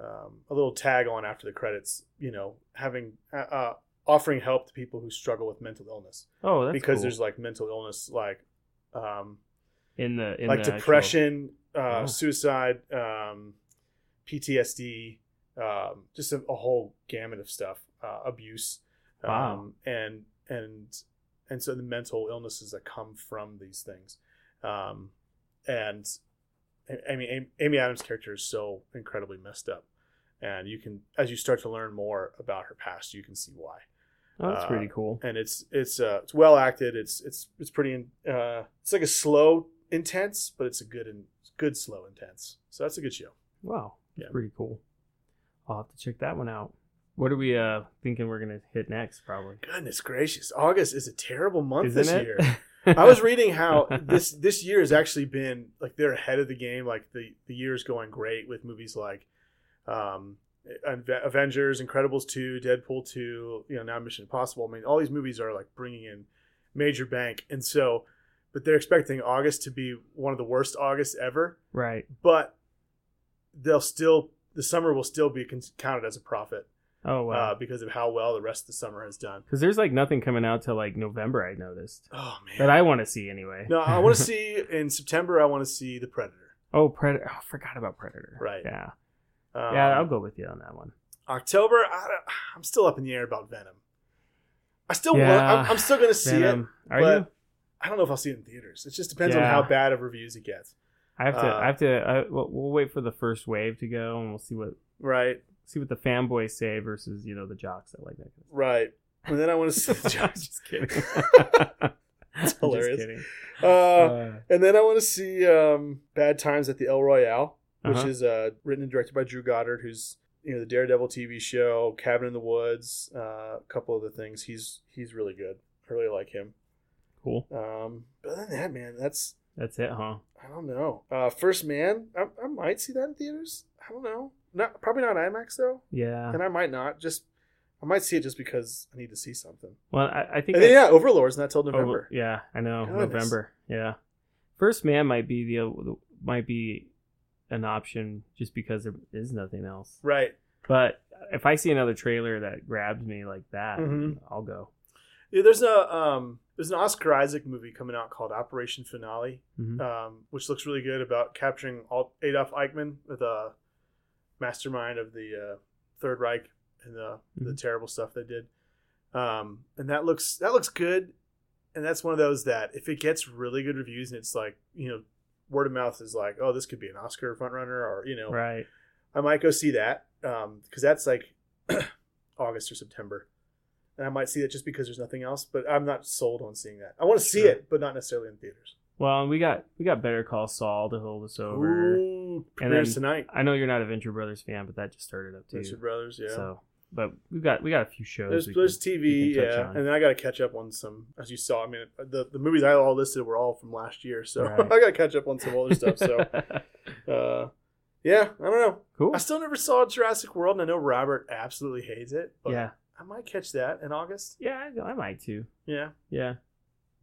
B: um, a little tag on after the credits, you know, having uh, uh offering help to people who struggle with mental illness
A: Oh, that's
B: because
A: cool.
B: there's like mental illness like um
A: in the in
B: like
A: the actual-
B: depression, uh,
A: Oh.
B: suicide, um, PTSD, um, just a, a whole gamut of stuff, uh, abuse, um,
A: Wow.
B: and and and so the mental illnesses that come from these things, um, and I- I mean Amy- Amy Adams' character is so incredibly messed up, and you can as you start to learn more about her past, you can see why
A: Oh, that's
B: uh,
A: pretty cool.
B: and it's it's uh, it's well acted. It's it's it's pretty. In, uh, it's like a slow intense, but it's a good and good slow intense. So that's a good show.
A: Wow, that's
B: Yeah.
A: pretty cool. I'll have to check that one out. What are we uh thinking we're gonna hit next? Probably.
B: Goodness gracious, August is a terrible month
A: Isn't
B: this
A: it?
B: year. I was reading how this this year has actually been like they're ahead of the game. Like the the year is going great with movies like um, Ave- Avengers, Incredibles two, Deadpool two. You know now Mission Impossible. I mean all these movies are like bringing in major bank, and so but they're expecting August to be one of the worst Augusts ever.
A: right.
B: But they'll still the summer will still be con- counted as a profit
A: Oh
B: uh,
A: wow.
B: because of how well the rest of the summer has done.
A: Because there's like nothing coming out till like November. I noticed.
B: Oh man.
A: that I want to see anyway.
B: no, I want to see in September. I want to see the Predator.
A: oh, Predator! Oh, I forgot about Predator.
B: Right.
A: Yeah.
B: Um,
A: yeah, I'll go with you on that one.
B: October, I don't, I'm still up in the air about Venom. I still want.
A: Yeah.
B: I'm, I'm still going to see it.
A: Venom. Are
B: but
A: you?
B: I don't know if I'll see it in theaters. It just depends on
A: Yeah.
B: how bad of reviews it gets.
A: I have to.
B: uh,
A: I have to. I, we'll, we'll wait for the first wave to go, and we'll see what
B: Right.
A: see what the fanboys say versus you know the jocks that like that.
B: Right. And then I want to see the
A: I'm
B: Josh.
A: just kidding.
B: It's
A: Just
B: hilarious.
A: kidding.
B: Uh,
A: Uh,
B: and then I want to see um, Bad Times at the El Royale, which
A: Uh-huh.
B: is uh, written and directed by Drew Goddard, who's you know the Daredevil TV show, Cabin in the Woods, uh, a couple other things. He's he's really good. I really like him.
A: cool.
B: Um, but other than that, man, that's
A: That's it, huh?
B: I don't know. Uh, First Man, I, I might see that in theaters. I don't know. Not probably not IMAX though,
A: Yeah.
B: and I might not. Just I might see it just because I need to see something.
A: Well, I, I think.
B: And then,
A: I-
B: Uh, yeah, Overlord's not till
A: oh,
B: November.
A: yeah, I know.
B: Goodness.
A: November. Yeah. First man might be the the- might be an option just because there is nothing else.
B: Right.
A: But if I see another trailer that grabs me like that,
B: Mhm.
A: I'll go.
B: Yeah, there's a um, there's an Oscar Isaac movie coming out called Operation Finale,
A: Mhm.
B: um, which looks really good about capturing Al- Adolf Eichmann, the mastermind of the uh, Third Reich and the,
A: Mm-hmm.
B: the terrible stuff they did. Um, and that looks that looks good, and that's one of those that if it gets really good reviews and it's like you know word of mouth is like oh this could be an Oscar frontrunner or you know
A: Right.
B: I might go see that because that's like August or September, and I might see that just because there's nothing else. But I'm not sold on seeing that. I want to see
A: Sure.
B: it, but not necessarily in theaters.
A: Well, we got we got Better Call Saul to hold us over.
B: Ooh,
A: And
B: premieres
A: then-
B: tonight,
A: I know you're not a Venture Brothers fan, but that just started up too.
B: Venture Brothers. Yeah,
A: So, but we've got we got a few shows.
B: there's
A: we
B: there's
A: can-
B: TV.
A: we can touch
B: Yeah,
A: on.
B: and then I got to catch up on some, as you saw. I mean, the the movies I all listed were all from last year, so
A: Right.
B: I got to catch up on some older stuff. So, uh, yeah, I don't know.
A: cool.
B: I still never saw Jurassic World, and I know Robert absolutely hates it. But
A: Yeah,
B: I might catch that in August.
A: yeah, I, I might too.
B: Yeah.
A: Yeah,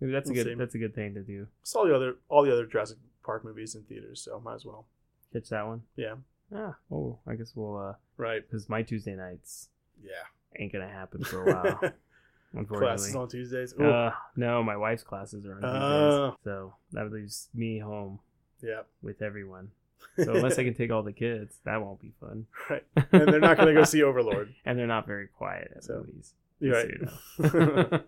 A: maybe that's
B: We'll
A: a good
B: see.
A: that's a good thing to do.
B: saw the other all the other Jurassic Park movies in theaters, so might as well.
A: Catch that one.
B: Yeah.
A: Ah, oh, I guess we'll uh,
B: Right.
A: because my Tuesday nights
B: Yeah.
A: ain't gonna happen for a while,
B: Classes
A: unfortunately.
B: on Tuesdays. Ooh,
A: Uh, no, my wife's classes are on Tuesdays,
B: Oh.
A: so that leaves me home
B: yeah.
A: with everyone. So unless I can take all the kids, that won't be fun.
B: right. And they're not going to go see Overlord.
A: and they're not very quiet at
B: So,
A: movies.
B: You're
A: just
B: right.
A: so you know.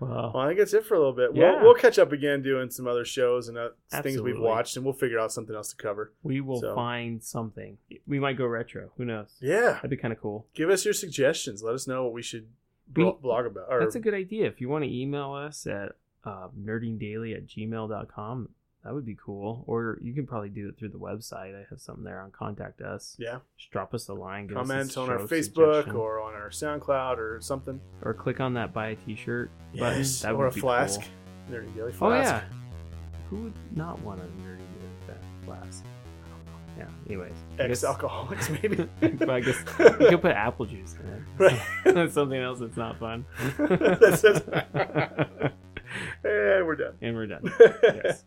A: well,
B: Well, I think that's it for a little bit.
A: Yeah.
B: We'll, we'll catch up again doing some other shows and uh, things
A: Absolutely.
B: we've watched, and we'll figure out something else to cover.
A: we will
B: So-
A: find something. We might go retro. Who knows?
B: Yeah.
A: That'd be kind of cool.
B: Give us your suggestions. Let us know what we should bl-
A: We-
B: blog about. Or,
A: That's a good idea. If you want to email us at uh, nerdingdaily at gmail.com, that would be cool. Or you can probably do it through the website. I have something there on Contact Us.
B: yeah.
A: Just drop us a line. Give us
B: Comment
A: a
B: on our
A: show
B: Facebook
A: suggestion.
B: or on our SoundCloud or something.
A: Or click on that buy a t shirt button.
B: Yes.
A: That
B: or
A: would
B: a
A: be
B: flask.
A: cool.
B: There you go. a
A: Oh,
B: Flask.
A: yeah. Who would not want a nerdy daily fa- flask? Yeah, anyways. I guess-
B: Ex alcoholics, maybe.
A: but I guess you could put apple juice in it.
B: right.
A: That's something else that's not fun.
B: That's- that's- and we're done.
A: and we're done. Yes.